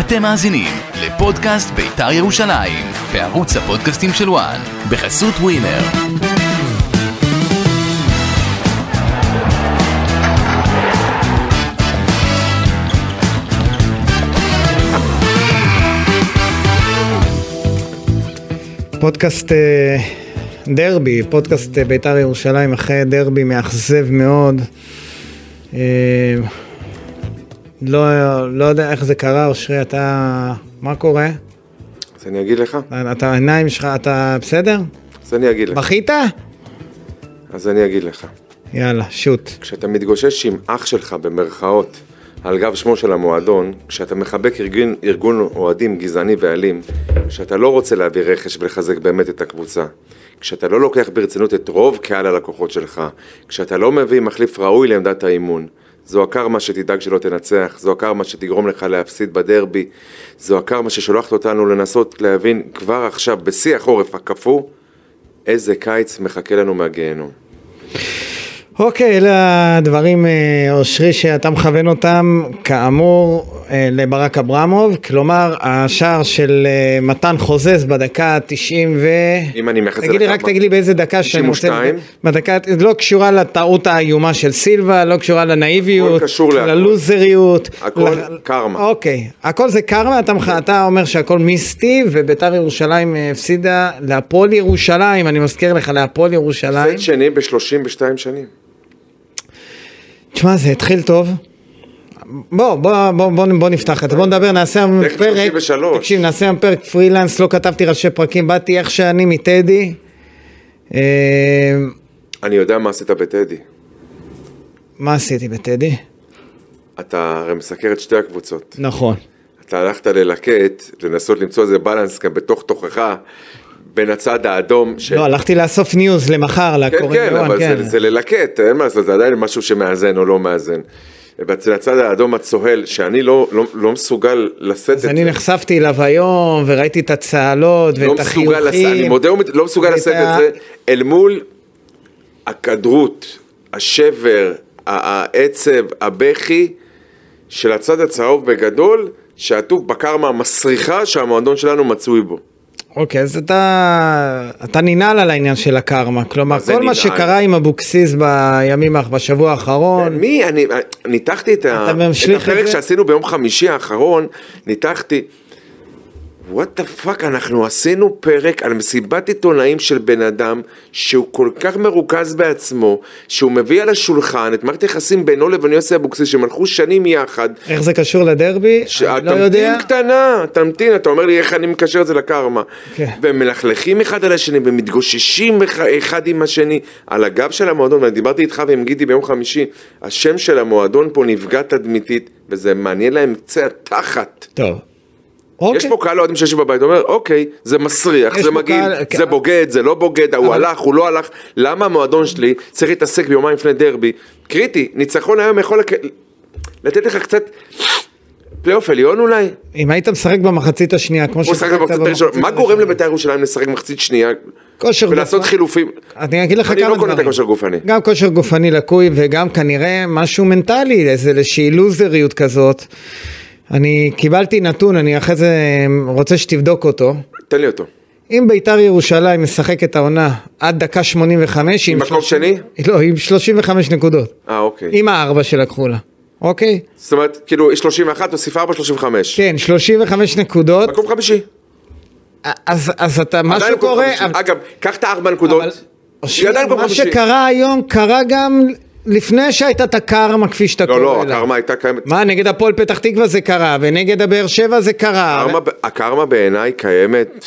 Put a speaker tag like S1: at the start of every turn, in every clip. S1: אתם מאזינים לפודקאסט בית"ר ירושלים, בערוץ הפודקאסטים של וואן, בחסות ווינר.
S2: פודקאסט אה, דרבי, פודקאסט אה, בית"ר ירושלים אחרי דרבי מאכזב מאוד. אה, לא, לא יודע איך זה קרה, אושרי, אתה... מה קורה?
S3: אז אני אגיד לך,
S2: אתה, העיניים שלך, אתה בסדר?
S3: אז אני אגיד לך,
S2: בכית?
S3: אז אני אגיד לך.
S2: יאללה, שוט.
S3: כשאתה מתגושש עם אח שלך במרכאות על גב שמו של המועדון, כשאתה מחבק ארגון, ארגון אוהדים גזעני ואלים, כשאתה לא רוצה להביא רכש ולחזק באמת את הקבוצה, כשאתה לא לוקח ברצינות את רוב קהל הלקוחות שלך, כשאתה לא מביא מחליף ראוי לעמדת האימון, זו הקרמה שתדאג שלא תנצח, זו הקרמה שתגרום לך להפסיד בדרבי, זו הקרמה ששולחת אותנו לנסות להבין כבר עכשיו, בשיא החורף הקפוא, איזה קיץ מחכה לנו מהגיהנום.
S2: אוקיי, אלה הדברים, אה, אושרי, שאתה מכוון אותם, כאמור, אה, לברק אברמוב, כלומר, השער של אה, מתן חוזז בדקה ה-90 ו...
S3: אם אני מייחס את זה
S2: תגיד לי, רק
S3: לכמה?
S2: תגיד לי באיזה דקה שאני רוצה...
S3: 92?
S2: בדקה, לא קשורה לטעות האיומה של סילבה, לא קשורה לנאיביות,
S3: הכל קשור להכל.
S2: ללוזריות.
S3: הכל קרמה.
S2: אוקיי, הכל זה קרמה, אתה, מח- אתה אומר שהכל מיסטי, וביתר ירושלים אה, הפסידה להפועל ירושלים, אני מזכיר לך, להפועל ירושלים.
S3: הפסד שני ב-32 שנים.
S2: תשמע, זה התחיל טוב. בוא, בוא, בוא, בוא, בוא נפתח את זה, בוא נדבר, נעשה היום
S3: תכף
S2: פרק,
S3: 33.
S2: תקשיב, נעשה היום פרק פרילנס, לא כתבתי ראשי פרקים, באתי איך שאני מטדי. אה,
S3: אני יודע מה עשית בטדי.
S2: מה עשיתי בטדי?
S3: אתה הרי מסקר את שתי הקבוצות.
S2: נכון.
S3: אתה הלכת ללקט, לנסות למצוא איזה בלנס גם בתוך תוכך, בין הצד האדום של...
S2: לא, הלכתי לאסוף ניוז למחר,
S3: כן,
S2: לקוראים
S3: כן,
S2: יוהן,
S3: אבל זה- זה ללקט, אין מה לעשות, זה עדיין משהו שמאזן או לא מאזן. ואצל הצד האדום הצוהל, שאני לא- לא לא מסוגל לשאת את
S2: אז
S3: זה.
S2: אני נחשפתי אליו היום, וראיתי את הצהלות,
S3: לא
S2: ואת
S3: מסוגל לש- אני
S2: החיוכים.
S3: מודה, ומת- לא מסוגל
S2: ואת
S3: לשאת
S2: ה-
S3: את זה אל מול הכדרות, השבר, ה- העצב, הבכי של הצד הצהוב בגדול, שעטוף בקרמה המסריחה שהמועדון שלנו מצוי בו.
S2: אוקיי, אז אתה, אתה ננעל על העניין של הקרמה, כלומר,
S3: מה זה
S2: כל מה
S3: ננעל?
S2: שקרה עם אבוקסיס בימים, האח- בשבוע האחרון,
S3: מי, אני אני- ניתחתי את ה-
S2: נכון. אתה
S3: את
S2: ממשיך את
S3: הפרק
S2: זה?
S3: שעשינו ביום חמישי האחרון, ניתחתי. וואט דה פאק, אנחנו עשינו פרק על מסיבת עיתונאים של בן אדם שהוא כל כך מרוכז בעצמו, שהוא מביא על השולחן את מערכת היחסים בינו לבין יוסי אבוקסיס, שהם הלכו שנים יחד.
S2: איך זה קשור לדרבי? אני לא יודע.
S3: שהתמתין קטנה, תמתין, אתה אומר לי איך אני מקשר את זה לקרמה.
S2: כן.
S3: והם מלכלכים אחד על השני ומתגוששים אח- אחד עם השני על הגב של המועדון, ואני דיברתי איתך ועם גידי ביום חמישי, השם של המועדון פה נפגע תדמיתית, וזה מעניין להם קצה התחת.
S2: טוב. אוקיי.
S3: יש פה קהל אוהדים שיושב בבית, אומר, אוקיי, זה מסריח,
S2: יש
S3: זה
S2: פה
S3: מגעיל,
S2: קהל- כן.
S3: זה בוגד, זה לא בוגד, ההוא הלך, הוא לא הלך, למה המועדון שלי צריך להתעסק ביומיים לפני דרבי? קריטי, ניצחון היום יכול לק- לתת לך קצת פלייאוף עליון אולי?
S2: אם היית משחק במחצית השנייה, כמו
S3: הוא משחק במחצית הראשונה, מה גורם לבית"ר ירושלים לשחק מחצית שנייה
S2: כושר גופני.
S3: ולעשות חילופים?
S2: אני אגיד לך כמה
S3: אני
S2: דברים.
S3: לא קונה את הכושר גופני.
S2: גם כושר גופני לקוי וגם כנראה משהו מנטלי, איזה איזושהי לוזריות כזאת. אני קיבלתי נתון, אני אחרי זה רוצה שתבדוק אותו.
S3: תן לי אותו.
S2: אם ביתר ירושלים משחקת העונה עד דקה 85, עם
S3: מקום
S2: 30
S3: שני?
S2: לא, עם 35 נקודות.
S3: אה, אוקיי.
S2: עם הארבע שלקחו לה, אוקיי?
S3: זאת אומרת, כאילו, יש 31, תוסיף 4, 35.
S2: כן, 35 נקודות.
S3: מקום חמישי.
S2: אז, אז אתה,
S3: עדיין
S2: משהו
S3: מקום
S2: קורה,
S3: חמישי.
S2: אבל-
S3: אגב, קח את הארבע נקודות.
S2: אבל-
S3: היא עדיין מקום
S2: מה
S3: חמישי.
S2: שקרה היום קרה גם לפני שהייתה את הקרמה כפי שאתה
S3: לא,
S2: קורא
S3: לא,
S2: לה.
S3: הקרמה הייתה קיימת.
S2: מה, נגד הפועל פתח תקווה זה קרה, ונגד הבאר שבע זה קרה.
S3: הקרמה- הקרמה בעיניי קיימת.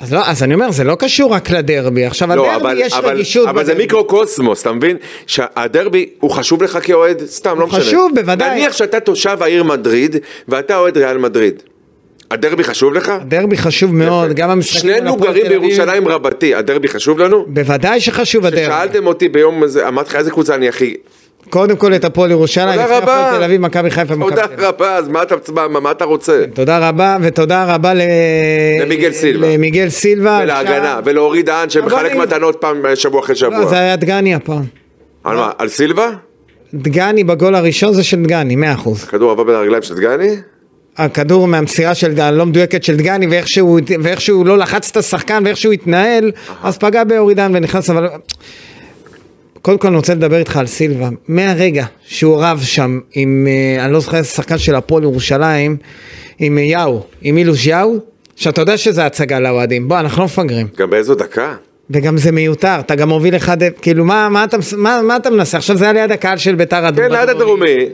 S2: אז, לא, אז אני אומר, זה לא קשור רק לדרבי. עכשיו,
S3: לא,
S2: הדרבי
S3: אבל-
S2: יש
S3: אבל-
S2: רגישות.
S3: אבל זה
S2: בדרבי.
S3: מיקרוקוסמוס, אתה מבין? שהדרבי הוא חשוב לך כאוהד? סתם, לא משנה.
S2: חשוב, בוודאי.
S3: נניח שאתה תושב העיר מדריד, ואתה אוהד ריאל מדריד. הדרבי חשוב לך?
S2: הדרבי חשוב מאוד, גם המשחקים. מול
S3: שנינו
S2: הפועל
S3: גרים
S2: תל אביב.
S3: בירושלים רבתי, הדרבי חשוב לנו?
S2: בוודאי שחשוב הדרבי.
S3: שאלתם אותי ביום הזה, אמרתי לך איזה קבוצה אני
S2: אה,
S3: הכי...
S2: קודם כל את הפועל ירושלים,
S3: תודה
S2: לפני
S3: רבה.
S2: הפועל תל אביב, מכבי חיפה, מכבי
S3: תודה
S2: תל אביב. אה,
S3: רבה, אז מה אתה- מה- מה אתה רוצה?
S2: תודה רבה, ותודה רבה ל...
S3: למיגל סילבה.
S2: למיגל סילבה.
S3: ולהגנה,
S2: שם-
S3: ולהוריד דהן שמחלק
S2: אבל אם-
S3: מתנות פעם אה, שבוע אחרי
S2: לא,
S3: שבוע.
S2: זה היה דגני הפעם.
S3: על מה? על סילבה?
S2: דגני בגול הראשון זה של דגני, 100%.
S3: הכדור עבר בין הרגליים של דגני?
S2: הכדור מהמסירה של, הלא מדויקת של דגני, ואיך שהוא, ואיך שהוא לא לחץ את השחקן, ואיך שהוא התנהל, אז פגע באורידן ונכנס, אבל... קודם כל אני רוצה לדבר איתך על סילבה. מהרגע שהוא רב שם עם, אה, אני לא זוכר איזה שחקן של הפועל ירושלים, עם אה, יאו, עם אילוש יאו, שאתה יודע שזה הצגה לאוהדים. בוא, אנחנו לא מפגרים.
S3: גם באיזו דקה?
S2: וגם זה מיותר, אתה גם מוביל אחד, כאילו מה, מה, אתה, מס- מה, מה אתה מנסה? עכשיו זה היה ליד הקהל של ביתר
S3: כן,
S2: הדרומי.
S3: ליד הדרומי.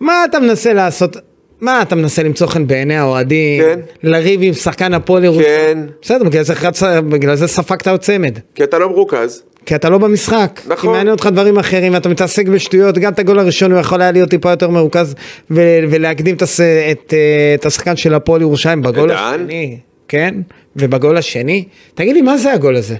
S2: מה אתה מנסה לעשות? מה אתה מנסה למצוא חן בעיני האוהדים?
S3: כן.
S2: לריב עם שחקן הפועל ירושלים?
S3: כן,
S2: בסדר, בגלל זה, חצ... בגלל זה ספגת עוד צמד.
S3: כי אתה לא מרוכז.
S2: כי אתה לא במשחק.
S3: נכון.
S2: כי מעניין אותך דברים אחרים, אתה מתעסק בשטויות, גם את הגול הראשון הוא יכול היה להיות טיפה יותר מרוכז ו- ולהקדים את, הס- את, אה, את השחקן של הפועל ירושלים בגול
S3: עידן?
S2: השני. כן? ובגול השני? תגיד לי, מה זה הגול הזה?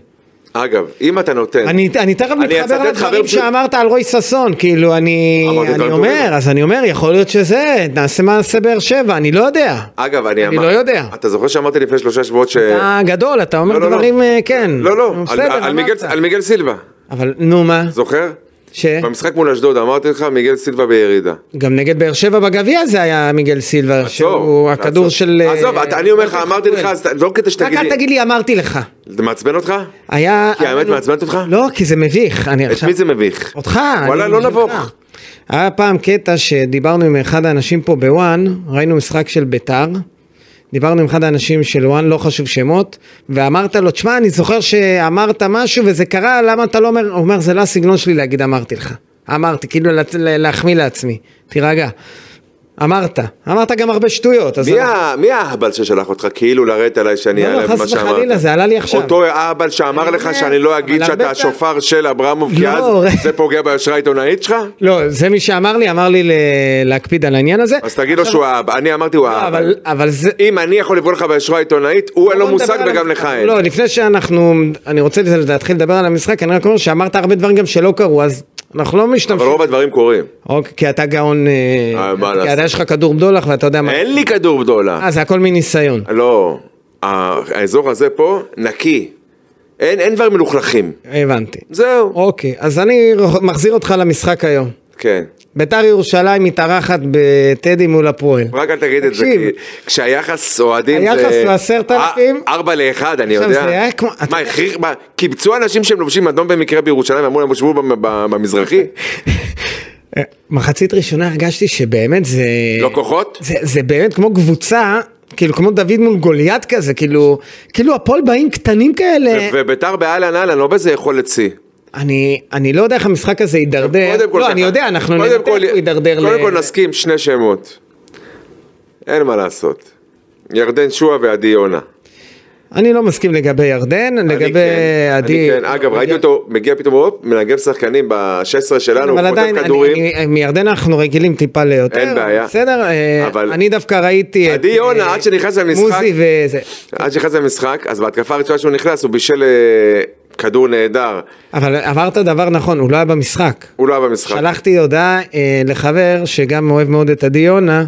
S3: אגב, אם אתה נותן...
S2: אני, אני תכף
S3: כן. אני
S2: מתחבר
S3: אצטט חבר
S2: לדברים
S3: שלי.
S2: שאמרת על רוי ששון, כאילו אני,
S3: אמרתי
S2: אני
S3: דברים
S2: אומר,
S3: טובים.
S2: אז אני אומר, יכול להיות שזה, נעשה מעשה באר שבע, אני לא יודע.
S3: אגב, אני
S2: אני
S3: אמר-
S2: לא יודע.
S3: אתה זוכר שאמרתי לפני שלושה שבועות ש...
S2: אתה גדול, אתה אומר
S3: לא, לא, לא.
S2: דברים, אה, כן.
S3: לא, לא, על-
S2: בסדר,
S3: על מיגל-
S2: אמרת.
S3: על מיגל סילבה,
S2: אבל נו מה,
S3: זוכר?
S2: ש...
S3: במשחק מול אשדוד אמרתי לך, מיגל סילבה בירידה.
S2: גם נגד באר שבע בגביע זה היה מיגל סילבר,
S3: עזוב,
S2: שהוא הכדור
S3: עזוב.
S2: של... אה,
S3: עזוב, אתה- אני אומר לך,
S2: אה,
S3: אמרתי לך, אז ת- לא כדי
S2: רק
S3: שתגיד
S2: אל
S3: לי...
S2: תגיד לי אמרתי לך.
S3: זה מעצבן אותך?
S2: היה...
S3: כי האמת
S2: היה-
S3: מעצבנת אותך?
S2: לא, כי זה מביך. אני
S3: את
S2: עכשיו...
S3: מי זה מביך?
S2: אותך.
S3: וואלה,
S2: אני-
S3: לא
S2: אותך.
S3: נבוך.
S2: היה פעם קטע שדיברנו עם אחד האנשים פה בוואן, ראינו משחק של ביתר, דיברנו עם אחד האנשים של וואן, לא חשוב שמות, ואמרת לו, תשמע, אני זוכר שאמרת משהו וזה קרה, למה אתה לא אומר, הוא אומר, זה לא הסגנון שלי להגיד אמרתי לך. אמרתי, כאילו לה- להחמיא לעצמי, תירגע. אמרת, אמרת גם הרבה שטויות. אז
S3: מי
S2: אנחנו-
S3: ה- מי האהבל ששלח אותך כאילו לרדת עליי שאני
S2: לא, לא,
S3: אעלה
S2: חס
S3: מה שאמרת?
S2: וחלילה, זה עלה לי עכשיו.
S3: אותו האהבל שאמר
S2: אני
S3: לך
S2: אומר,
S3: שאני לא אגיד
S2: אבל
S3: שאתה
S2: הרבה פעמים-
S3: השופר של אברמוב, כי
S2: לא,
S3: אז
S2: ר-
S3: זה פוגע ביושרה העיתונאית שלך?
S2: לא, זה מי שאמר לי, אמר לי ל- להקפיד על העניין הזה.
S3: אז תגיד לו שהוא האהבל, אני אמרתי הוא
S2: לא,
S3: האהבל.
S2: אבל, אבל זה,
S3: אם אני יכול לפגוע לך ביושרה העיתונאית, הוא אין לו
S2: בוא נדבר
S3: מושג
S2: על
S3: וגם
S2: המשחק.
S3: לך אין.
S2: לא, לפני שאנחנו, אני רוצה להתחיל לדבר על המשחק, אני רק אומר שאמרת הרבה דברים גם שלא קרו, אז אנחנו לא
S3: אבל
S2: משתמשים.
S3: רוב הדברים קורים.
S2: אוקיי, כי אתה גאון, אה,
S3: אה, מה
S2: כי
S3: לעשות?
S2: אתה יש לך כדור בדולח ואתה יודע מה.
S3: אין לי כדור בדולח.
S2: אה, זה הכל מניסיון.
S3: לא, ה- האזור הזה פה נקי. אין אין דברים מלוכלכים.
S2: הבנתי.
S3: זהו.
S2: אוקיי, אז אני רוח- מחזיר אותך למשחק היום.
S3: כן.
S2: ביתר ירושלים מתארחת בטדי מול הפועל.
S3: רק אל תגיד את זה,
S2: תקשיב.
S3: כי כשהיחס אוהדים זה...
S2: היחס הוא 10,000.
S3: 4 ל-1, אני
S2: עכשיו,
S3: יודע.
S2: זה היה כמו- אתה-
S3: מה, הכריח... מה, קיבצו אנשים שהם לובשים אדום במקרה בירושלים, אמרו להם, שבו במ- ב- במזרחי?
S2: אה, מחצית ראשונה הרגשתי שבאמת זה...
S3: לא כוחות?
S2: זה, זה באמת כמו קבוצה, כאילו כמו דוד מול גוליית כזה, כאילו, כאילו הפועל באים קטנים כאלה.
S3: וביתר באהלן אהלן, לא באיזה יכולת שיא.
S2: אני, אני לא יודע איך המשחק הזה יידרדר.
S3: קודם כל
S2: לא,
S3: ככה.
S2: אני יודע, אנחנו
S3: קודם
S2: נדע
S3: כל-
S2: איך הוא יידרדר.
S3: קודם
S2: ל-
S3: כל נסכים שני שמות. אין מה לעשות. ירדן שועה ועדי יונה.
S2: אני לא מסכים לגבי ירדן,
S3: אני
S2: לגבי
S3: כן,
S2: עדי...
S3: אני כן, אגב,
S2: הוא
S3: ראיתי
S2: מגיע-
S3: אותו מגיע פתאום, הופ, מנגב שחקנים ב-16 שלנו,
S2: אבל
S3: הוא
S2: עדיין,
S3: חוטף
S2: אני-
S3: כדורים.
S2: אני- מירדן אנחנו רגילים טיפה ליותר.
S3: אין בעיה.
S2: בסדר, אה,
S3: אבל-
S2: אני דווקא ראיתי את...
S3: עדי יונה,
S2: אה,
S3: עד שנכנס למשחק-
S2: מוזי וזה.
S3: עד שנכנס למשחק, אז בהתקפה הראשונה שהוא נכנס, הוא בישל אה, כדור נהדר.
S2: אבל אמרת דבר נכון, הוא לא היה במשחק.
S3: הוא לא היה במשחק.
S2: שלחתי הודעה אה, לחבר שגם אוהב מאוד את עדי יונה,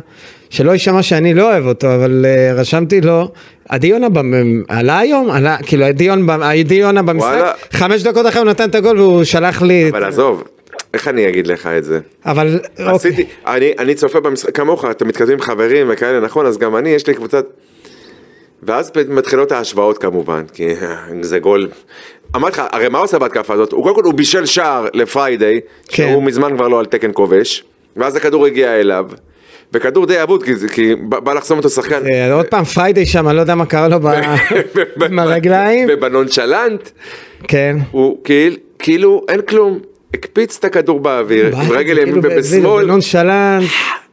S2: שלא יישמע שאני לא אוהב אותו, אבל אה, רשמתי לו, עדי יונה במ- עלה היום, עלה, כאילו עדי יונה במ- עדי יונה
S3: וואלה.
S2: במשחק, חמש דקות אחרי הוא נתן את הגול והוא שלח לי,
S3: אבל
S2: את-
S3: עזוב, איך אני אגיד לך את זה?
S2: אבל אוקיי.
S3: עשיתי, אני, אני צופה במשחק, כמוך, אתם מתכתבים עם חברים וכאלה, נכון? אז גם אני, יש לי קבוצת... ואז פת- מתחילות ההשוואות כמובן, כי זה גול. אמרתי לך, הרי מה הוא עושה בהתקפה הזאת? הוא קודם כל, הוא בישל שער לפריידי,
S2: כן.
S3: שהוא מזמן כבר לא על תקן כובש, ואז הכדור הגיע אליו, וכדור די אבוד, כי, זה- כי בא, בא לחסום אותו שחקן.
S2: אה, עוד פעם פריידי שם, אני לא יודע מה קרה לו ב- עם הרגליים,
S3: ובנונשלנט,
S2: כן.
S3: הוא כאילו, כאילו אין כלום, הקפיץ את הכדור באוויר, עם אה, רגל ימין
S2: כאילו,
S3: ובשמאל.
S2: נונשלנט,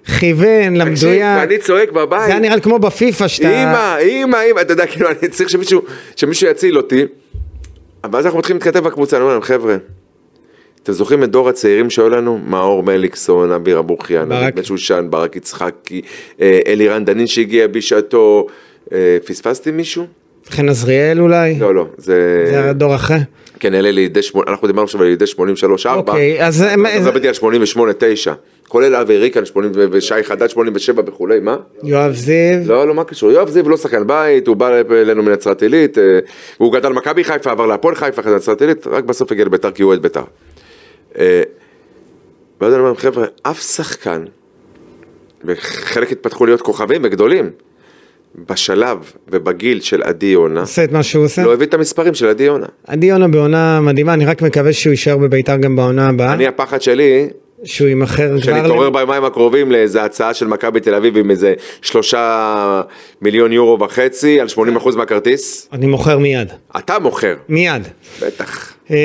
S2: כיוון
S3: תקשיב,
S2: למדויק,
S3: ואני צועק בבית.
S2: זה היה נראה לי כמו בפיפא שאתה,
S3: אימא, אימא, אימא, אתה יודע, כאילו, אני צריך שמישהו, שמישהו יציל אותי. אבל אז אנחנו מתחילים להתכתב בקבוצה, אני אומר להם, חבר'ה, אתם זוכרים את דור הצעירים שהיו לנו? מאור מליקסון, אביר אבוכיאן,
S2: ברק.
S3: אביב בן שושן, ברק יצחקי, אה, אלירן דנין שהגיע בשעתו, אה, פספסתי מישהו?
S2: חן עזריאל אולי,
S3: לא, לא, זה...
S2: זה היה דור אחרי.
S3: כן, אלה לידי שמונה, אנחנו דיברנו עכשיו על לידי 83-4.
S2: אוקיי, אז הם-
S3: אני מדברתי על 88-9, כולל אבי ריקן, 80 ו- ושי חדד, 87 וכולי, מה?
S2: יואב זיו,
S3: לא, לא, מה קשור? יואב זיו לא שחקן בית, הוא בא אלינו מנצרת עילית, אה, הוא גדל מכבי חיפה, עבר להפועל חיפה, אחרי זה נצרת עילית, רק בסוף הגיע לביתר כי הוא אוהד ביתר. אה, ואז אני אומר, חבר'ה, אף שחקן וחלק התפתחו להיות כוכבים וגדולים. בשלב ובגיל של עדי יונה,
S2: עושה את מה שהוא עושה.
S3: לא הביא את המספרים של עדי יונה.
S2: עדי יונה בעונה מדהימה, אני רק מקווה שהוא יישאר בביתר גם בעונה הבאה.
S3: אני הפחד שלי,
S2: שהוא יימכר כבר...
S3: שנתעורר
S2: ל-
S3: ביומיים הקרובים לאיזה הצעה של מכבי תל אביב עם איזה שלושה מיליון יורו וחצי על 80% מהכרטיס.
S2: אני מוכר מיד.
S3: אתה מוכר.
S2: מיד.
S3: בטח.
S2: אמ,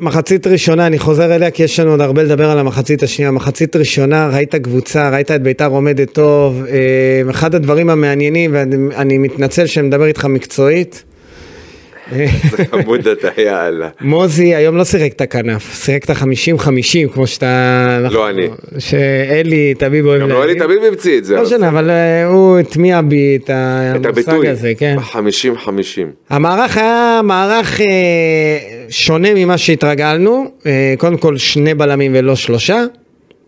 S2: מחצית ראשונה, אני חוזר אליה כי יש לנו עוד הרבה לדבר על המחצית השנייה. מחצית ראשונה, ראית קבוצה, ראית את ביתר עומדת טוב. אמ, אחד הדברים המעניינים, ואני אני מתנצל שאני מדבר איתך מקצועית, אמ,
S3: זה חמוד אתה, יאללה.
S2: מוזי היום לא שיחק את הכנף, שיחק את ה-50-50, כמו שאתה...
S3: לא אני.
S2: שאלי תביב אוהב
S3: גם לא אלי
S2: להגיד.
S3: תביב המציא את זה.
S2: לא משנה, אבל אה, הוא הטמיע בי את
S3: את
S2: המושג
S3: הביטוי. אה.
S2: הזה, כן.
S3: בחמישים חמישים.
S2: המערך היה מערך אה, שונה ממה שהתרגלנו, אה, קודם כל שני בלמים ולא שלושה,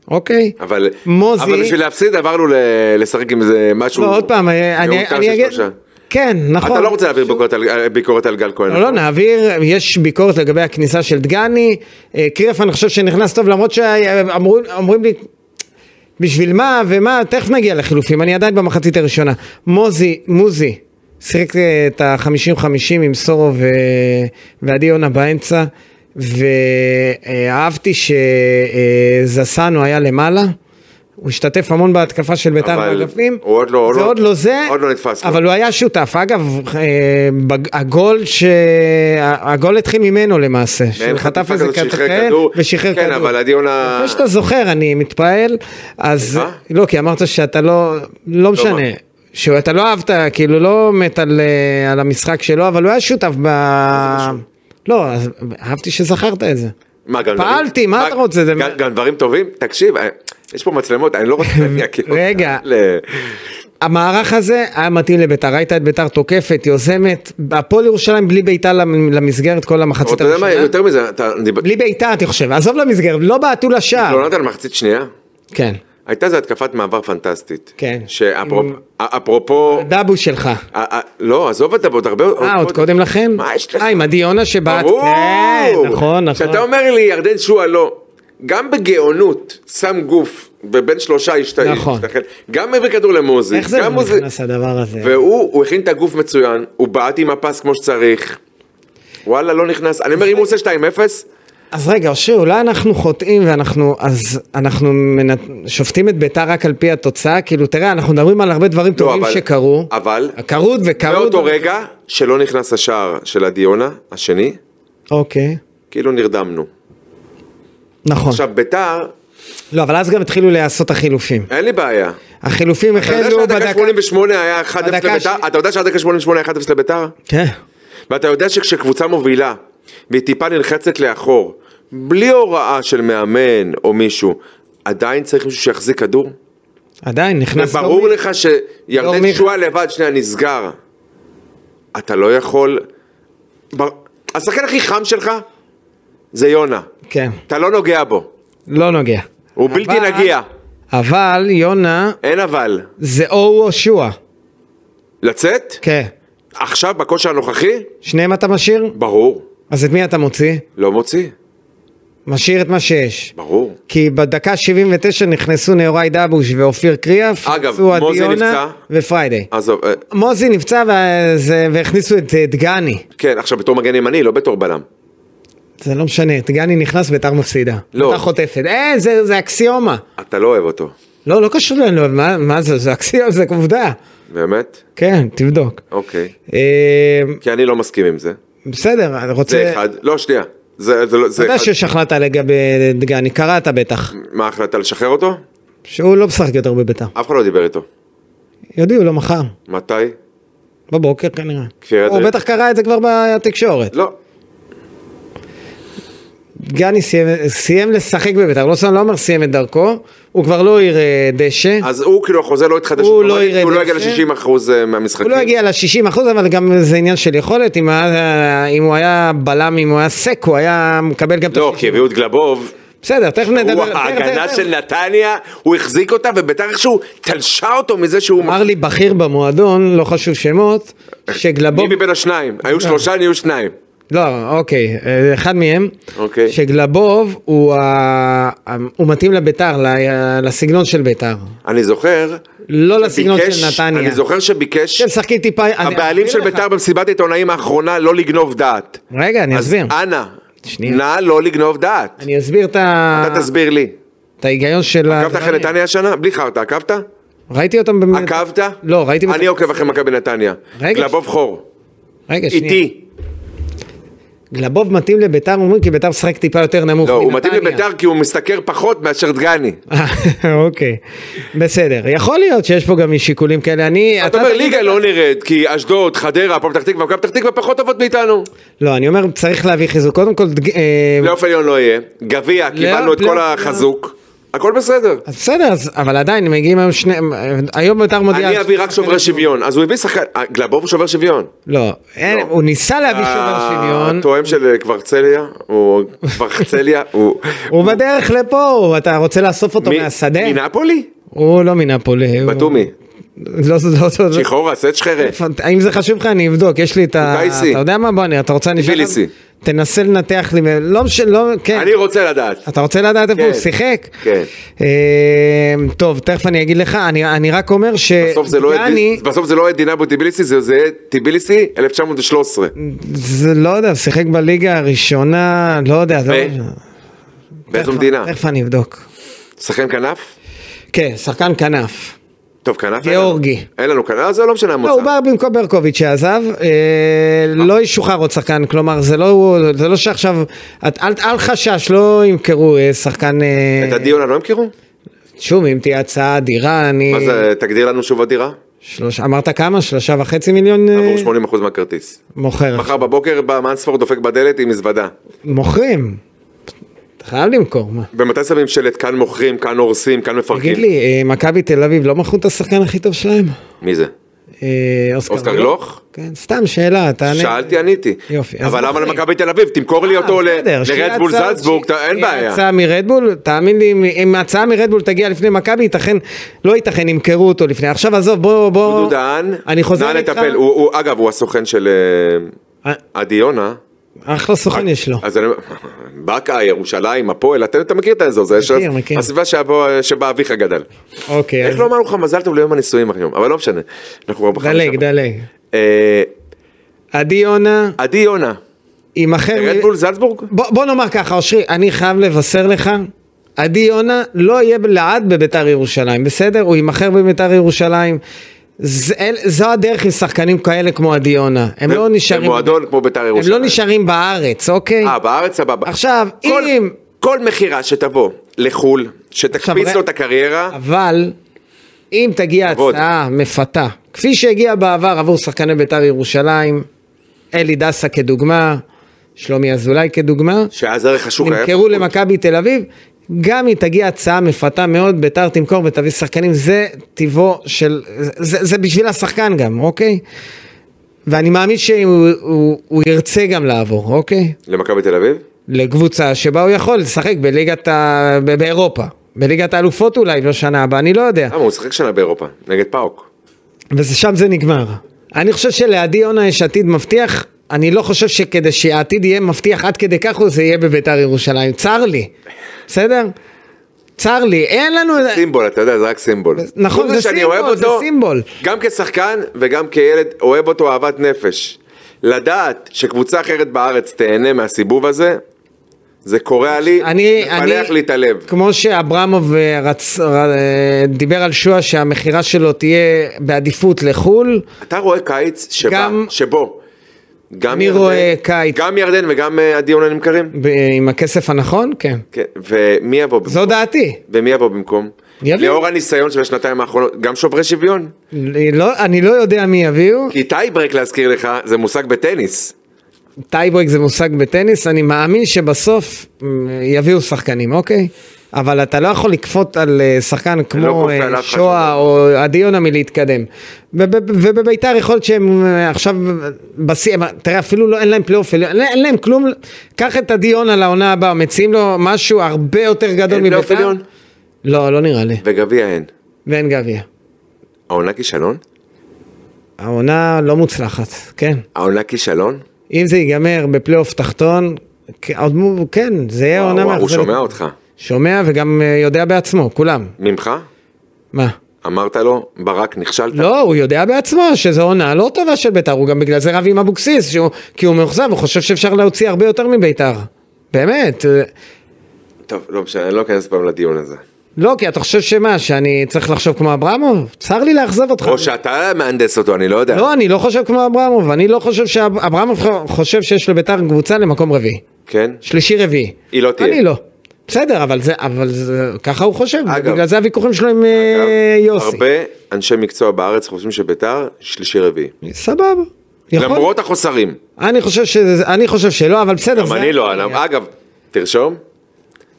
S2: אוקיי?
S3: אבל
S2: מוזי-
S3: אבל בשביל להפסיד עברנו ל- לשחק עם איזה משהו.
S2: לא, עוד פעם, אה, אני,
S3: מעורטל
S2: אני
S3: של
S2: אגיד...
S3: שלושה.
S2: כן, נכון.
S3: אתה לא רוצה להעביר ביקורת על- ביקורת על גל כהן.
S2: לא, לא, נעביר, יש ביקורת לגבי הכניסה של דגני, אה, קריאף אני חושב שנכנס טוב, למרות שאומרים לי, בשביל מה ומה, תכף נגיע לחילופים, אני עדיין במחצית הראשונה. מוזי, מוזי, שיחק אה, את ה-50-50 עם סורו ו... ועדי יונה באמצע, ואהבתי שזסנו היה למעלה. הוא השתתף המון בהתקפה של ביתר
S3: אבל
S2: באגפים,
S3: הוא עוד לא- עוד
S2: זה
S3: לא-
S2: עוד לא זה,
S3: עוד לא נתפס לו.
S2: אבל הוא היה שותף. אגב, אה, בג- הגול ש... הגול התחיל ממנו למעשה, שהוא חטף איזה קטקל ושחרר
S3: כן,
S2: כדור.
S3: אבל עדי יונה...
S2: יפה שאתה זוכר, אני מתפעל, אז...
S3: סליחה?
S2: לא, כי אמרת שאתה לא... לא משנה.
S3: מה?
S2: שאתה לא אהבת, כאילו לא מת על, אה, על המשחק שלו, אבל הוא היה שותף ב... לא, אז אהבתי שזכרת את זה.
S3: מה, גם דברים-
S2: פעלתי, מה אתה רוצה? זה-
S3: גם- גם דברים טובים? תקשיב, אה, יש פה מצלמות, אני לא רוצה להניע כאילו...
S2: רגע.
S3: ל-
S2: המערך הזה היה מתאים לביתר, ראית את ביתר תוקפת, יוזמת, הפועל ירושלים בלי בעיטה למ- למסגרת כל
S3: אבל
S2: המחצית
S3: אתה יודע מה,
S2: הראשונה.
S3: יותר מזה, אתה... אני-
S2: בלי בעיטה, אני חושב, עזוב למסגרת, לא בעטו לשער.
S3: התלוננת על מחצית שנייה?
S2: כן,
S3: הייתה איזו התקפת מעבר פנטסטית.
S2: כן. עם-
S3: שאפרופו...
S2: דאבו שלך.
S3: לא, עזוב אתה עוד הרבה...
S2: אה, עוד קודם לכן?
S3: מה יש לך?
S2: אה, עם עדי יונה שבעט.
S3: ברור.
S2: כן, נכון, נכון.
S3: כשאתה אומר לי, ירדן שועה לא. גם בגאונות שם גוף ובין שלושה השת-
S2: נכון.
S3: השתחל, גם מביא כדור למוזי,
S2: איך זה
S3: גם
S2: לא
S3: מוזי-
S2: נכנס הדבר הזה?
S3: והוא הוא הכין את הגוף מצוין, הוא בעט עם הפס כמו שצריך, וואלה לא נכנס, אני אומר אם הוא עושה 2-0,
S2: אז רגע, אושרי, אולי אנחנו חוטאים ואנחנו, אז אנחנו מנ- שופטים את ביתר רק על פי התוצאה? כאילו, תראה, אנחנו מדברים על הרבה דברים
S3: לא
S2: טובים
S3: אבל,
S2: שקרו.
S3: אבל,
S2: קרו וקרו.
S3: מאותו רגע שלא נכנס השער של הדיונה, השני,
S2: אוקיי,
S3: כאילו נרדמנו.
S2: נכון.
S3: עכשיו ביתר,
S2: לא, אבל אז גם התחילו להיעשות החילופים.
S3: אין לי בעיה.
S2: החילופים
S3: אתה יודע
S2: החלו
S3: שהדקה
S2: כן, לא, בדקה...
S3: 88 היה 1-0
S2: בדקה
S3: לביתר?
S2: ש-
S3: אתה יודע שהדקה 88 היה 1-0 לביתר?
S2: כן.
S3: ואתה יודע שכשקבוצה מובילה והיא טיפה נלחצת לאחור, בלי הוראה של מאמן או מישהו, עדיין צריך מישהו שיחזיק כדור?
S2: עדיין, נכנס...
S3: וברור
S2: לא-
S3: לך שירדן
S2: מיכה.
S3: שועה לבד, שנייה, נסגר. אתה לא יכול... בר- השחקן הכי חם שלך זה יונה.
S2: כן,
S3: אתה לא נוגע בו.
S2: לא נוגע.
S3: הוא בלתי
S2: אבל-
S3: נגיע.
S2: אבל, יונה,
S3: אין אבל.
S2: זה או או שועה.
S3: לצאת?
S2: כן.
S3: עכשיו, בכושר הנוכחי?
S2: שניהם אתה משאיר?
S3: ברור.
S2: אז את מי אתה מוציא?
S3: לא מוציא.
S2: משאיר את מה שיש.
S3: ברור.
S2: כי בדקה 79 נכנסו נאורי דבוש ואופיר קריאף,
S3: אגב,
S2: נכנסו עדי
S3: מוזי
S2: יונה
S3: נפצע.
S2: ופריידי.
S3: עזוב, אה,
S2: מוזי נפצע וזה- והכניסו את אה, דגני.
S3: כן, עכשיו בתור מגן ימני, לא בתור בלם.
S2: זה לא משנה, דגני נכנס ביתר מפסידה.
S3: לא.
S2: ביתר חוטפת. אה, זה זה אקסיומה.
S3: אתה לא אוהב אותו.
S2: לא, לא קשור לנו, מה- מה זה, זה אקסיומה, זה עובדה.
S3: באמת?
S2: כן, תבדוק.
S3: אוקיי.
S2: אה,
S3: כי אני לא מסכים עם זה.
S2: בסדר, אני רוצה...
S3: זה אחד. לא, שנייה. זה זה לא...
S2: אתה
S3: זה
S2: יודע
S3: אחד.
S2: שיש החלטה לגבי דגני, קראת בטח,
S3: מה ההחלטה לשחרר אותו?
S2: שהוא לא משחק יותר בביתר.
S3: אף אחד לא דיבר איתו.
S2: יודיעו לו מחר,
S3: מתי?
S2: בבוקר כנראה.
S3: כפיר
S2: הוא
S3: אדרי.
S2: בטח קרא את זה כבר בתקשורת.
S3: לא.
S2: דגני סיים, סיים לשחק בביתר, לא סתם לא אומר סיים את דרכו, הוא כבר לא יראה דשא,
S3: אז הוא כאילו החוזה לא התחדש.
S2: הוא
S3: אוטומטית,
S2: לא ירד
S3: הוא לא יגיע
S2: לזה.
S3: ל-60%
S2: הוא
S3: מהמשחקים.
S2: לא הגיע ל-60 אחוז, אבל גם זה עניין של יכולת, אם, היה, אם הוא היה בלם, אם הוא היה סק, הוא היה מקבל גם את
S3: לא,
S2: ה-
S3: כי הביאו את גלבוב.
S2: בסדר, תכף נדבר.
S3: הוא
S2: תכף-
S3: ההגנה
S2: תכף-
S3: של נתניה, הוא החזיק אותה, וביתר איכשהו תלשה אותו מזה שהוא...
S2: אמר לי בכיר במועדון, לא חשוב שמות, שגלבוב, כן.
S3: מי מבין השניים? היו שלושה, נהיו שניים.
S2: לא, אוקיי, אה, אחד מהם,
S3: אוקיי.
S2: שגלבוב הוא, ה... הוא מתאים לביתר, ל- לסגנון של ביתר.
S3: אני זוכר...
S2: לא לסגנון
S3: ביקש-
S2: של נתניה.
S3: אני זוכר שביקש...
S2: כן, שחקי טיפה... אני
S3: הבעלים
S2: אסביר
S3: של
S2: לך.
S3: בית"ר במסיבת העיתונאים האחרונה לא לגנוב דעת.
S2: רגע, אני
S3: אז
S2: אסביר.
S3: אנא,
S2: שנייה.
S3: נא לא לגנוב דעת.
S2: אני אה, אסביר את ה...
S3: אתה תסביר לי.
S2: את ההיגיון של...
S3: עקבת אחרי
S2: הדברים.
S3: נתניה השנה? בלי חרטא, עקבת?
S2: ראיתי אותם באמת...
S3: עקבת?
S2: לא, ראיתי...
S3: אני עוקב אחרי מכבי נתניה.
S2: רגע,
S3: גלבוב חור.
S2: רגע, שנייה. אוקיי,
S3: איתי.
S2: גלבוב מתאים לביתר, אומרים כי ביתר משחק טיפה יותר נמוך
S3: לא, הוא מתאים
S2: מנתניה.
S3: לבית"ר כי הוא משתכר פחות מאשר דגני.
S2: אה, אוקיי, בסדר. יכול להיות שיש פה גם שיקולים כאלה. אני...
S3: אתה אומר
S2: תגיד-
S3: ליגה לא נראית, כי אשדוד, חדרה, הפועל פתח תקווה, מכבי פתח תקווה פחות טובות מאיתנו.
S2: לא, אני אומר, צריך להביא חיזוק. קודם כל, דג- אה,
S3: פלייאוף עליון לא יהיה. גביע, קיבלנו את כל
S2: פלייאוף,
S3: החזוק. הכל בסדר.
S2: אז בסדר, אז- אבל עדיין מגיעים היום שני... היום ביתר מודיעה...
S3: אני אביא רק שוברי שוויון. אז הוא הביא שחקן, אה, גלבוב שובר שוויון.
S2: לא, אין- הוא ניסה
S3: אה,
S2: להביא שובר שוויון.
S3: התואם של אה, קוורצליה, הוא קוורצליה, הוא...
S2: הוא בדרך לפה, הוא- אתה רוצה לאסוף אותו
S3: מי-
S2: מהשדה?
S3: מנפולי?
S2: הוא לא מנפולי. הוא-
S3: בתומי.
S2: לא, לא, לא, לא.
S3: שחרורה, סצ'חרה.
S2: אם זה חשוב לך אני אבדוק, יש לי את ה...
S3: טייסי.
S2: אתה יודע מה? בוא, אני- אתה רוצה... אני אשאל לך-
S3: טביליסי.
S2: תנסה לנתח לי, לא משנה, לא, כן.
S3: אני רוצה לדעת.
S2: אתה רוצה לדעת איפה
S3: כן.
S2: הוא שיחק?
S3: כן.
S2: אה, טוב, תכף אני אגיד לך, אני, אני רק אומר ש...
S3: בסוף זה לא יהיה
S2: דגני-
S3: דיס- בסוף זה לא יהיה דינבו טיביליסי, זה זה יהיה טיביליסי 1913.
S2: זה לא יודע, שיחק בליגה הראשונה, לא יודע. זה
S3: ו-
S2: לא-
S3: באיזו
S2: תכף-
S3: מדינה?
S2: תכף אני אבדוק.
S3: שחקן כנף?
S2: כן, שחקן כנף.
S3: טוב, כנף? אין לנו.
S2: גיאורגי.
S3: אין לנו כנף, זה לא משנה
S2: לא, הוא
S3: המוצא.
S2: בא במקום ברקוביץ' שעזב, אה, לא ישוחרר עוד שחקן, כלומר זה לא, זה לא שעכשיו, את- אל, אל חשש, לא ימכרו אה, שחקן, אה,
S3: את עדי יונה לא ימכרו?
S2: שוב אם תהיה הצעה אדירה, אני,
S3: מה זה, אה, תגדיר לנו שוב הדירה?
S2: שלוש, אמרת כמה? שלושה וחצי מיליון אה,
S3: עבור 80% מהכרטיס.
S2: מוכר,
S3: מחר בבוקר בא מאנספורד דופק בדלת עם מזוודה.
S2: מוכרים, אתה חייב למכור, מה?
S3: ומתי שמים שלט כאן מוכרים, כאן הורסים, כאן מפרקים?
S2: תגיד לי, אה, מכבי תל אביב לא מכרו את השחקן הכי טוב שלהם?
S3: מי זה?
S2: אה, אוסקר,
S3: אוסקר
S2: גלוך?
S3: גלוך?
S2: כן, סתם שאלה, תענה.
S3: שאלתי, עניתי.
S2: יופי, אז
S3: אבל למה
S2: מוכרים.
S3: למכבי תל אביב? תמכור לי אותו ל-
S2: אה, בסדר, שיהיה
S3: לרדבול
S2: הצעה-
S3: זלצבורג, אתה- אין
S2: שיהיה
S3: בעיה.
S2: הצעה מרדבול, תאמין לי, אם- אם ההצעה מרדבול תגיע לפני מכבי, ייתכן, לא ייתכן, ימכרו אותו לפני. עכשיו עזוב, בוא, בוא.
S3: דודו דהן,
S2: אני חוזר
S3: נא
S2: איתך.
S3: לטפל. הוא- הוא- אגב, הוא הסוכן של אה,
S2: אה,
S3: עדי יונה.
S2: אחלה סוכן יש לו.
S3: אז אני אומר, באקה, ירושלים, הפועל, אתה אתה מכיר את האזור, זה של-
S2: מכיר, מכיר.
S3: הסביבה שבו- אה, שבה אביך גדל.
S2: אוקיי,
S3: איך
S2: אז
S3: לא אמרנו לך מזל טוב ליום הנישואים היום, אבל לא משנה. אנחנו כבר בחמש
S2: דלג,
S3: שעות.
S2: דלג.
S3: אה,
S2: עדי יונה,
S3: עדי יונה,
S2: יימכר... מ-
S3: רדבול זלצבורג?
S2: בוא בוא נאמר ככה, אושרי, אני חייב לבשר לך, עדי יונה לא יהיה לעד בביתר ירושלים, בסדר? הוא יימכר בביתר ירושלים. זה- אל- זו הדרך עם שחקנים כאלה כמו עדי יונה. הם לא נשארים...
S3: במועדון כמו בית"ר
S2: הם
S3: ירושלים.
S2: לא נשארים בארץ, אוקיי?
S3: אה, בארץ סבבה.
S2: עכשיו,
S3: כל-
S2: אם-
S3: כל מכירה שתבוא לחו"ל, שתקפיץ
S2: עכשיו,
S3: לו
S2: ר-
S3: את הקריירה,
S2: אבל אם תגיע
S3: כבוד.
S2: הצעה מפתה, כפי שהגיע בעבר עבור שחקני בית"ר ירושלים, אלי דסה כדוגמה, שלומי אזולאי כדוגמה,
S3: שאז ערך השוק היה...
S2: נמכרו למכבי תל אביב, גם אם תגיע הצעה מפתה מאוד, בית"ר תמכור ותביא שחקנים, זה טיבו של, זה, זה בשביל השחקן גם, אוקיי? ואני מאמין שהוא הוא, הוא ירצה גם לעבור, אוקיי?
S3: למכבי תל אביב?
S2: לקבוצה שבה הוא יכול לשחק בליגת ה... ב- באירופה. בליגת האלופות אולי בשנה הבאה, אני לא יודע.
S3: למה הוא שיחק שנה באירופה, נגד פאוק.
S2: ושם זה נגמר. אני חושב שלעדי יונה יש עתיד מבטיח, אני לא חושב שכדי שהעתיד יהיה מבטיח עד כדי כך הוא זה יהיה בביתר ירושלים. צר לי, בסדר? צר לי, אין לנו...
S3: סימבול, אתה יודע, זה רק סימבול.
S2: נכון,
S3: חוץ
S2: זה
S3: שאני
S2: סימבול,
S3: אוהב
S2: זה
S3: אותו,
S2: סימבול.
S3: גם כשחקן וגם כילד, אוהב אותו אהבת נפש. לדעת שקבוצה אחרת בארץ תהנה מהסיבוב הזה, זה קורע לי,
S2: אני,
S3: מפלח
S2: אני,
S3: לי את הלב.
S2: כמו שאברמוב אה, רצ... ר- אה, דיבר על שועה שהמכירה שלו תהיה בעדיפות לחו"ל,
S3: אתה רואה קיץ שבא,
S2: גם-
S3: שבו. גם
S2: אני
S3: ירדן-
S2: רואה קיץ.
S3: גם ירדן וגם אה, עדי יונה נמכרים?
S2: ב... עם הכסף הנכון, כן.
S3: כן, ומי יבוא במקום?
S2: זו דעתי.
S3: ומי יבוא במקום?
S2: יביא.
S3: לאור הניסיון של השנתיים האחרונות, גם שוברי שוויון.
S2: אני לא, אני לא יודע מי יביאו,
S3: כי טייברק להזכיר לך, זה מושג בטניס.
S2: טייברק זה מושג בטניס, אני מאמין שבסוף מ, יביאו שחקנים, אוקיי? אבל אתה לא יכול לכפות על אה, שחקן
S3: לא
S2: כמו
S3: כופה
S2: אה,
S3: על אף אחד
S2: שואה
S3: שום
S2: או עדי יונה מלהתקדם. וב- וב- ובביתר יכול להיות שהם אה, עכשיו בשיא, הם- תראה אפילו לא, אין להם פלייאוף, עליון, אין, אין להם כלום, קח את עדי יונה לעונה הבאה, מציעים לו משהו הרבה יותר גדול
S3: אין פלייאוף
S2: מביתר.
S3: עליון?
S2: לא, לא נראה לי,
S3: וגביע אין.
S2: ואין גביע.
S3: העונה כישלון?
S2: העונה לא מוצלחת, כן.
S3: העונה כישלון?
S2: אם זה ייגמר בפלייאוף תחתון, כ- עוד מו- כן, זה יהיה עונה
S3: וואו, וואו, הוא
S2: מאכזבת.
S3: שומע אותך.
S2: שומע וגם אה, יודע בעצמו, כולם.
S3: ממך?
S2: מה?
S3: אמרת לו, ברק, נכשלת?
S2: לא, הוא יודע בעצמו שזו עונה לא טובה של ביתר, הוא גם בגלל זה רב עם אבוקסיס, שהוא- כי הוא מאוכזב, הוא חושב שאפשר להוציא הרבה יותר מביתר. באמת. אה,
S3: טוב, לא משנה, אני לא אכנס פעם לדיון הזה.
S2: לא, כי אתה חושב שמה, שאני צריך לחשוב כמו אברמוב? צר לי לאכזב אותך.
S3: או שאתה מהנדס אותו, אני לא יודע.
S2: לא, אני לא חושב כמו אברמוב, אני לא חושב שאברמוב חושב שיש לביתר קבוצה למקום רביעי.
S3: כן?
S2: שלישי רביעי.
S3: היא לא תהיה.
S2: אני לא. בסדר, אבל זה, אבל זה, ככה הוא חושב,
S3: אגב.
S2: בגלל זה הוויכוחים שלו עם אה,
S3: אגב,
S2: יוסי.
S3: הרבה אנשי מקצוע בארץ חושבים שביתר שלישי רביעי.
S2: סבבה. יכול.
S3: למרות החוסרים.
S2: אני חושב, שזה, אני חושב שלא, אבל בסדר.
S3: גם
S2: זה-
S3: אני לא, אני- אגב, תרשום,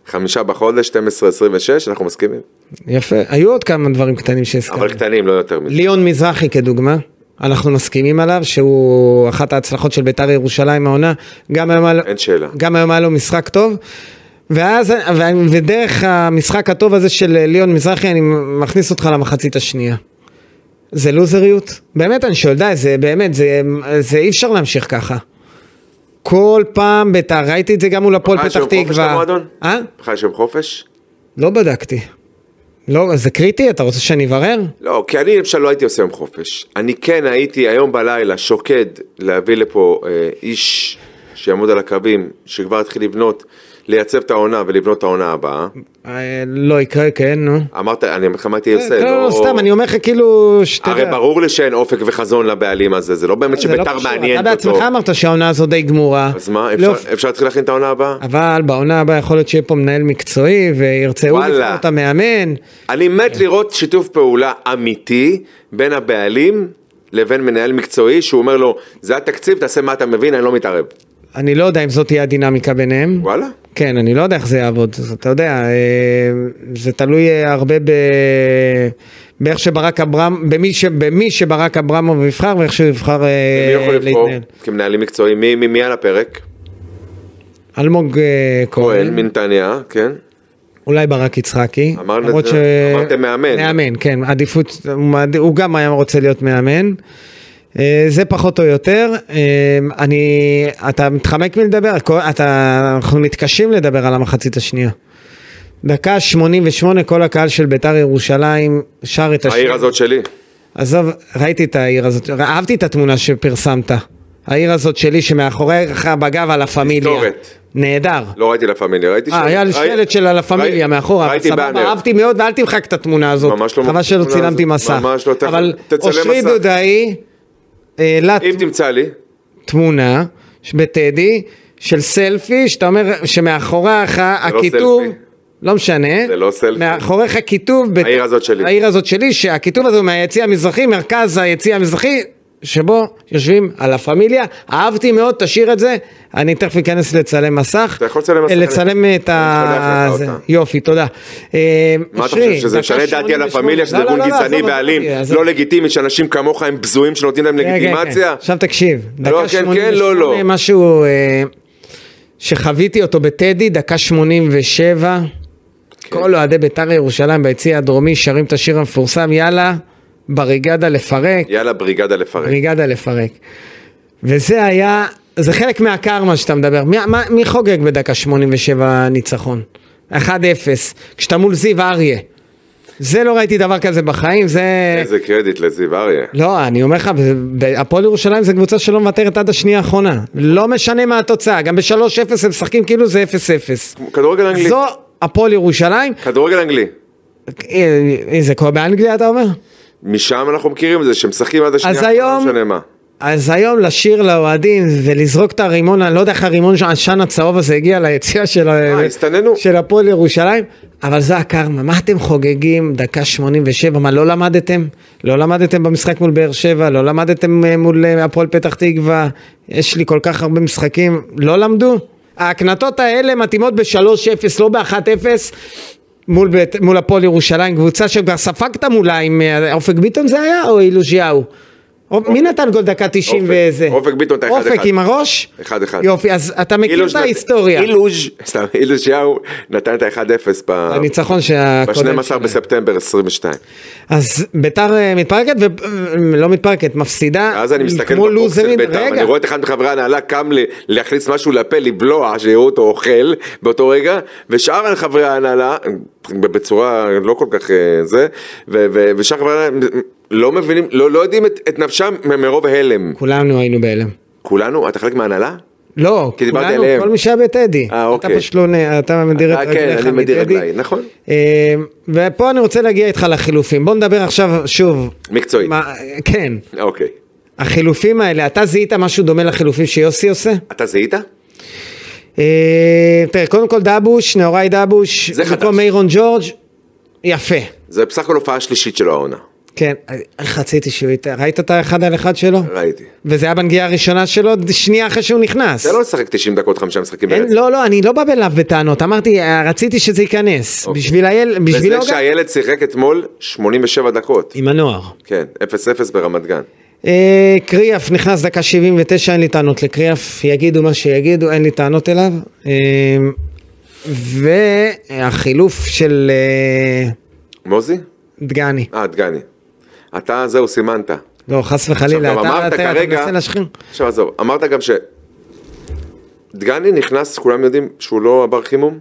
S3: חמישה בחודש, 12-26, אנחנו מסכימים.
S2: כן. יפה, היו עוד כמה דברים קטנים שהזכרנו.
S3: אבל קטנים, לא יותר מזה.
S2: ליאון מזרחי כדוגמה, אנחנו מסכימים עליו שהוא אחת ההצלחות של בית"ר ירושלים העונה, גם היום, על...
S3: אין שאלה.
S2: גם היום היה לו משחק טוב. ואז, ו- ודרך המשחק הטוב הזה של ליאון מזרחי, אני מכניס אותך למחצית השנייה. זה לוזריות? באמת, אני שואל, די, זה באמת, זה, זה אי אפשר להמשיך ככה. כל פעם בית"ר, ראיתי את זה גם מול הפועל
S3: מחר יש
S2: פתח
S3: יום אה, חופש
S2: תקווה.
S3: למועדון?
S2: אה?
S3: לך יש יום חופש?
S2: לא בדקתי. לא, זה קריטי? אתה רוצה שאני אברר?
S3: לא, כי אני למשל לא הייתי עושה יום חופש. אני כן הייתי היום בלילה שוקד להביא לפה אה, איש שיעמוד על הקווים, שכבר התחיל לבנות, לייצב את העונה ולבנות את העונה הבאה.
S2: אה, לא יקרה, כן, נו.
S3: אמרת, אני אומר לך מה הייתי
S2: כן,
S3: עושה,
S2: לא, לא, לא, סתם, אני אומר לך כאילו, שתדע.
S3: הרי ברור לי שאין אופק וחזון לבעלים הזה, זה לא באמת
S2: זה לא
S3: שביתר
S2: קשור,
S3: מעניינת
S2: אתה
S3: אותו.
S2: בעצמך אמרת שהעונה הזו די גמורה.
S3: אז מה,
S2: לא,
S3: אפשר- אפשר להתחיל להכין את העונה הבאה?
S2: אבל בעונה הבאה יכול להיות שיהיה פה מנהל מקצועי, וירצה הוא
S3: וואלה.
S2: לבחור את המאמן.
S3: אני מת לראות שיתוף פעולה אמיתי בין הבעלים לבין מנהל מקצועי, שהוא אומר לו, זה התקציב, תעשה מה אתה מבין, אני לא מתערב.
S2: אני לא יודע אם זאת תהיה הדינמיקה ביניהם.
S3: וואלה.
S2: כן, אני לא יודע איך זה יעבוד, אז אתה יודע, אה, זה תלוי אה, הרבה ב... באיך שברק אברהם, במי, ש... במי שברק אברמוב יבחר ואיך שהוא יבחר אה,
S3: מי יכול לבחור
S2: להתנהל.
S3: כמנהלים מקצועיים? מי- מי- מי על הפרק?
S2: אלמוג אה,
S3: כהן
S2: כהן,
S3: מנתניה, כן.
S2: אולי ברק יצחקי.
S3: אמרנו
S2: למרות
S3: את זה, אמרתם מאמן.
S2: מאמן, כן, עדיפות, הוא מעד- הוא גם היה רוצה להיות מאמן. אה, זה פחות או יותר, אה, אני, אתה מתחמק מלדבר, כל- אתה, אנחנו מתקשים לדבר על המחצית השנייה. דקה 88 כל הקהל של ביתר ירושלים שר את השיר.
S3: העיר הזאת שלי.
S2: עזוב, ראיתי את העיר הזאת, אהבתי את התמונה שפרסמת. העיר הזאת שלי שמאחוריך בגב על הפמיליה.
S3: תזכורת.
S2: נהדר.
S3: לא ראיתי לה פמיליה, ראיתי
S2: אה,
S3: שלט.
S2: היה לי
S3: ראי-
S2: שלט של הלה
S3: ראי-
S2: פמיליה מאחורה, אבל
S3: ראיתי
S2: סבבה,
S3: באנר.
S2: אהבתי מאוד ואל תמחק את התמונה הזאת.
S3: ממש לא
S2: חבל
S3: מחק
S2: שלא
S3: את התמונה
S2: צילמתי
S3: הזאת.
S2: מסך.
S3: ממש לא, תכף-
S2: אבל
S3: תצלם
S2: אושרי
S3: מסך.
S2: דודאי אה, העלה
S3: אם תמצא לי,
S2: תמונה בטדי של סלפי, שאתה אומר שמאחוריך
S3: לא
S2: הכיתוב...
S3: סלפי.
S2: לא משנה,
S3: זה לא סלפי.
S2: מאחוריך כיתוב, בת-
S3: העיר הזאת שלי.
S2: העיר הזאת שלי, שהכיתוב הזה הוא מהיציע המזרחי, מרכז היציע המזרחי, שבו יושבים על הפמיליה, אהבתי מאוד, תשאיר את זה, אני תכף אכנס לצלם מסך,
S3: אתה יכול לצלם מסך.
S2: לצלם את
S3: אני
S2: ה...
S3: שולח לך
S2: זה.
S3: אותה.
S2: יופי, תודה. אה,
S3: מה אתה חושב, שזה משנה את דעתי על הפמיליה,
S2: לא,
S3: שזה ארגון גזעני ואלים, לא נגיטימי, שאנשים כמוך הם בזויים שנותנים להם לגיטימציה?
S2: כן, עכשיו תקשיב,
S3: כן, לא,
S2: דקה
S3: כן, כן, לא, לא.
S2: 88, משהו אה, שחוויתי אותו בטדי, דקה 87,
S3: כן.
S2: כל אוהדי בית"ר ירושלים ביציע הדרומי שרים את השיר המפורסם, יאללה, בריגדה לפרק.
S3: יאללה, בריגדה לפרק.
S2: בריגדה לפרק. וזה היה, זה חלק מהקרמה שאתה מדבר. מי, מה, מי חוגג בדקה 87 ניצחון? 1-0, כשאתה מול זיו אריה. זה לא ראיתי דבר כזה בחיים, זה...
S3: איזה קרדיט לזיו אריה.
S2: לא, אני אומר לך, ב- ב- הפועל ירושלים זה קבוצה שלא מוותרת עד השנייה האחרונה. לא משנה מה התוצאה, גם ב-3-0 הם משחקים כאילו זה 0-0.
S3: כדורגל אנגלי.
S2: זו הפועל ירושלים,
S3: כדורגל אנגלי.
S2: אה, אה, זה קורה באנגליה אתה אומר?
S3: משם אנחנו מכירים את זה, שמשחקים עד השנייה,
S2: אז
S3: לא
S2: היום-
S3: משנה מה.
S2: אז היום לשיר לאוהדים ולזרוק את הרימון, אני לא יודע איך הרימון העשן הצהוב הזה הגיע ליציאה של, ה-
S3: הסתננו.
S2: של הפועל ירושלים, אבל זה הקרמה, מה אתם חוגגים דקה 87, מה לא למדתם? לא למדתם במשחק מול באר שבע, לא למדתם אה, מול אה, הפועל פתח תקווה, יש לי כל כך הרבה משחקים, לא למדו? ההקנטות האלה מתאימות ב-3-0, לא ב-1-0. מול, בית- מול הפועל ירושלים, קבוצה שכבר ספגת מולה עם אה, אופק ביטון זה היה, או אילוז'יהו? אופ- מי נתן גול דקה 90
S3: אופק.
S2: וזה?
S3: אופק ביטון את האחד
S2: אופק
S3: אחד.
S2: עם הראש?
S3: אחד אחד.
S2: יופי, אז אתה מכיר
S3: אילוז'
S2: את
S3: נת-
S2: ההיסטוריה.
S3: אילוז', סתם, אילוז' יאו נתן את ה-1-0 ב...
S2: הניצחון שהקודם.
S3: ב-12
S2: שלהם.
S3: בספטמבר 22.
S2: אז ביתר אה, מתפרקת, ולא מתפרקת, מפסידה
S3: אז אני מסתכל
S2: כמו
S3: בבוקס של
S2: לוזרית.
S3: בית"ר, ואני
S2: רגע,
S3: רואה את אחד מחברי ההנהלה קם ל- להכניס משהו לפה, לבלוע, שיראו אותו אוכל באותו רגע, ושאר חברי ההנהלה, בצורה לא כל כך אה, זה, ו- ו- ושאר חברי ההנהלה לא מבינים, לא לא יודעים את את נפשם מ- מרוב הלם.
S2: כולנו היינו בהלם.
S3: כולנו? אתה חלק מההנהלה?
S2: לא,
S3: כי דיברתי
S2: כולנו,
S3: עליהם.
S2: כל מי שהיה בטדי.
S3: אה,
S2: אתה
S3: אוקיי.
S2: פשוט לא, נ- אתה מדיר את
S3: אה, כן,
S2: רגליך
S3: אני מדיר
S2: מטדי.
S3: רגליי, נכון.
S2: אה, ופה אני רוצה להגיע איתך לחילופים. בוא נדבר עכשיו שוב.
S3: מקצועית.
S2: מה- כן.
S3: אוקיי.
S2: החילופים האלה, אתה זיהית משהו דומה לחילופים שיוסי עושה?
S3: אתה זיהית?
S2: אה, תראה, קודם כל דאבוש, נאורי דאבוש,
S3: זה חדש.
S2: במקום מיירון ג'ורג', יפה.
S3: זה בסך הכל הופעה שלישית שלו העונה.
S2: כן, איך רציתי שהוא ייתן, ראית את האחד על אחד שלו?
S3: ראיתי.
S2: וזה היה בנגיעה הראשונה שלו, שנייה אחרי שהוא נכנס.
S3: זה לא לשחק 90 דקות חמישה משחקים
S2: אין,
S3: ברצף.
S2: לא, לא, אני לא בא אליו בטענות, אמרתי, אה, רציתי שזה ייכנס.
S3: אוקיי.
S2: בשביל הילד, בשביל
S3: וזה שהילד שיחק אתמול 87 דקות.
S2: עם הנוער.
S3: כן, 0-0 ברמת גן.
S2: אה, קריאף נכנס דקה 79, אין לי טענות לקריאף, יגידו מה שיגידו, אין לי טענות אליו. אה, והחילוף של אה,
S3: מוזי?
S2: דגני.
S3: אה, דגני. אתה, זהו, סימנת.
S2: לא, חס
S3: עכשיו
S2: וחלילה,
S3: גם
S2: אתה
S3: אמרת
S2: אתה- אתה
S3: כרגע...
S2: מנסה להשחיר.
S3: עכשיו עזוב, אמרת גם ש... דגני נכנס, כולם יודעים שהוא לא עבר חימום?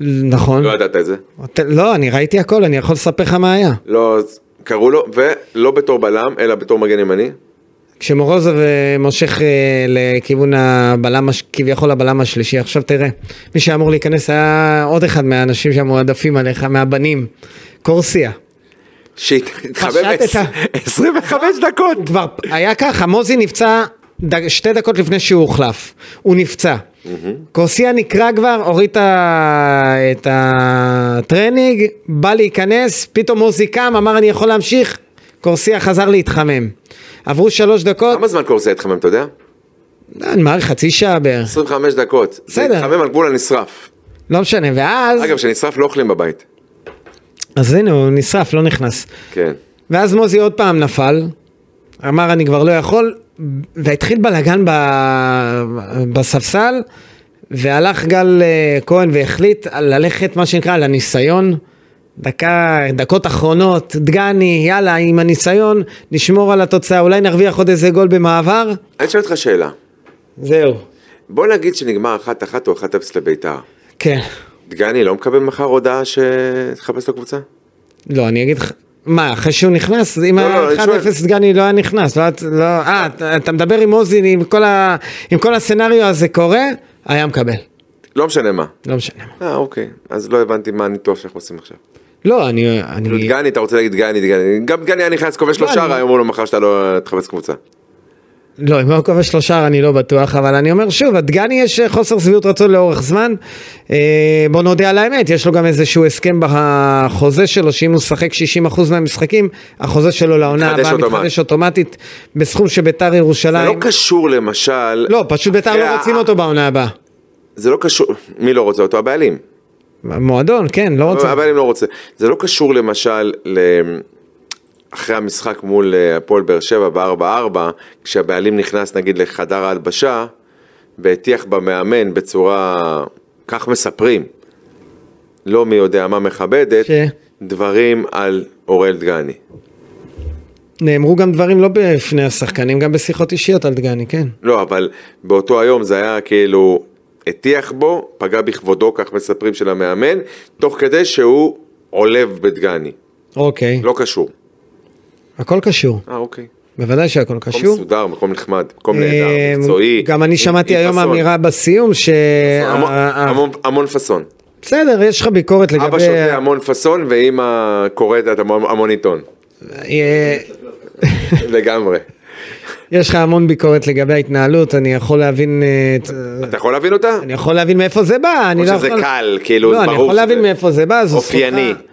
S2: נכון.
S3: לא ידעת את זה.
S2: אתה- לא, אני ראיתי הכל, אני יכול לספר לך מה היה.
S3: לא, אז קראו לו, ולא בתור בלם, אלא בתור מגן ימני.
S2: כשמורוזוב אה, מושך אה, לכיוון הבלם, הש- כביכול הבלם השלישי, עכשיו תראה, מי שהיה להיכנס היה עוד אחד מהאנשים שהמועדפים עליך, מהבנים, קורסיה.
S3: שהתחבב
S2: פשט את ה-
S3: 25 דקות.
S2: הוא כבר היה ככה, מוזי נפצע ד... שתי דקות לפני שהוא הוחלף, הוא נפצע. קורסיה נקרע כבר, הוריד את ה- את הטרנינג, בא להיכנס, פתאום מוזי קם, אמר אני יכול להמשיך, קורסיה חזר להתחמם. עברו שלוש דקות,
S3: כמה זמן קורסיה התחמם, אתה יודע?
S2: אני מעריך חצי שעה בערך,
S3: 25 דקות. זה
S2: בסדר.
S3: התחמם על גבול הנשרף.
S2: לא משנה, ואז,
S3: אגב, כשנשרף לא אוכלים בבית.
S2: אז הנה הוא נשרף, לא נכנס.
S3: כן.
S2: ואז מוזי עוד פעם נפל, אמר אני כבר לא יכול, והתחיל בלאגן ב... בספסל, והלך גל אה, כהן והחליט על- ללכת מה שנקרא על הניסיון, דקה, דקות אחרונות, דגני, יאללה עם הניסיון, נשמור על התוצאה, אולי נרוויח עוד איזה גול במעבר,
S3: אני אשאל אותך שאלה.
S2: זהו,
S3: בוא נגיד שנגמר 1-1 או 1-0 לביתר.
S2: כן,
S3: דגני לא מקבל מחר הודעה שתחפש את הקבוצה?
S2: לא אני אגיד לך. מה, אחרי שהוא נכנס, אם
S3: לא,
S2: היה
S3: אני
S2: 1-0
S3: שואל.
S2: דגני לא היה נכנס, לא, היה- לא, אה, אתה- אתה מדבר עם עוזי, עם כל ה- עם כל הסצנריו הזה קורה, היה מקבל.
S3: לא משנה מה.
S2: לא משנה.
S3: אה, אוקיי. אז לא הבנתי מה הניתוח שאנחנו עושים עכשיו.
S2: לא, אני... אני...
S3: כאילו, דגני, אתה רוצה להגיד דגני, דגני. גם דגני היה נכנס, כובש לו
S2: לא,
S3: שער,
S2: אני-
S3: אמרו לו מחר שאתה לא תחפש קבוצה.
S2: לא, אם הוא היה כובש לו שער אני לא בטוח, אבל אני אומר שוב, הדגני יש אה, חוסר שביעות רצון לאורך זמן. אה, בוא נודה על האמת, יש לו גם איזשהו הסכם בחוזה שלו, שאם הוא משחק 60% מהמשחקים, החוזה שלו לעונה
S3: מתחדש
S2: הבאה
S3: אוטומט.
S2: מתחדש אוטומטית בסכום שביתר
S3: זה לא
S2: ירושלים...
S3: קשור למשל...
S2: לא, פשוט ביתר
S3: אחרי
S2: לא
S3: ה-
S2: רוצים אותו בעונה הבאה.
S3: זה לא קשור... מי לא רוצה אותו? הבעלים.
S2: מועדון, כן, לא רוצים.
S3: הבעלים לא רוצה. זה לא קשור למשל ל... אחרי המשחק מול אה, הפועל באר שבע ב-4-4, כשהבעלים נכנס נגיד לחדר ההלבשה, והטיח במאמן בצורה, כך מספרים, לא מי יודע מה מכבדת,
S2: ש?
S3: דברים על אוראל דגני.
S2: נאמרו גם דברים לא בפני השחקנים, גם בשיחות אישיות על דגני, כן.
S3: לא, אבל באותו היום זה היה כאילו, הטיח בו, פגע בכבודו, כך מספרים של המאמן, תוך כדי שהוא עולב בדגני.
S2: אוקיי,
S3: לא קשור.
S2: הכל קשור.
S3: אה, אוקיי.
S2: בוודאי שהכל
S3: מקום
S2: קשור.
S3: מסודר, מקום נחמד, מקום נהדר,
S2: אה,
S3: מקצועי.
S2: גם אני
S3: עם-
S2: שמעתי
S3: עם
S2: היום
S3: פאסון.
S2: אמירה אה, בסיום ש...
S3: המון-
S2: ה- ה-
S3: המון- המון פאסון.
S2: בסדר, יש לך ביקורת לגבי...
S3: אבא שותה המון פאסון ואימא קוראת את המון המון עיתון.
S2: אה,
S3: לגמרי.
S2: יש לך המון ביקורת לגבי ההתנהלות, אני יכול להבין... אה, את-
S3: אתה יכול להבין אותה?
S2: אני יכול להבין מאיפה זה בא, אני
S3: או
S2: לא
S3: שזה
S2: יכול...
S3: קל, כאילו,
S2: לא,
S3: זה
S2: אני
S3: ברור
S2: יכול להבין
S3: שזה
S2: מאיפה זה בא, זו
S3: אופייני.
S2: זכותך.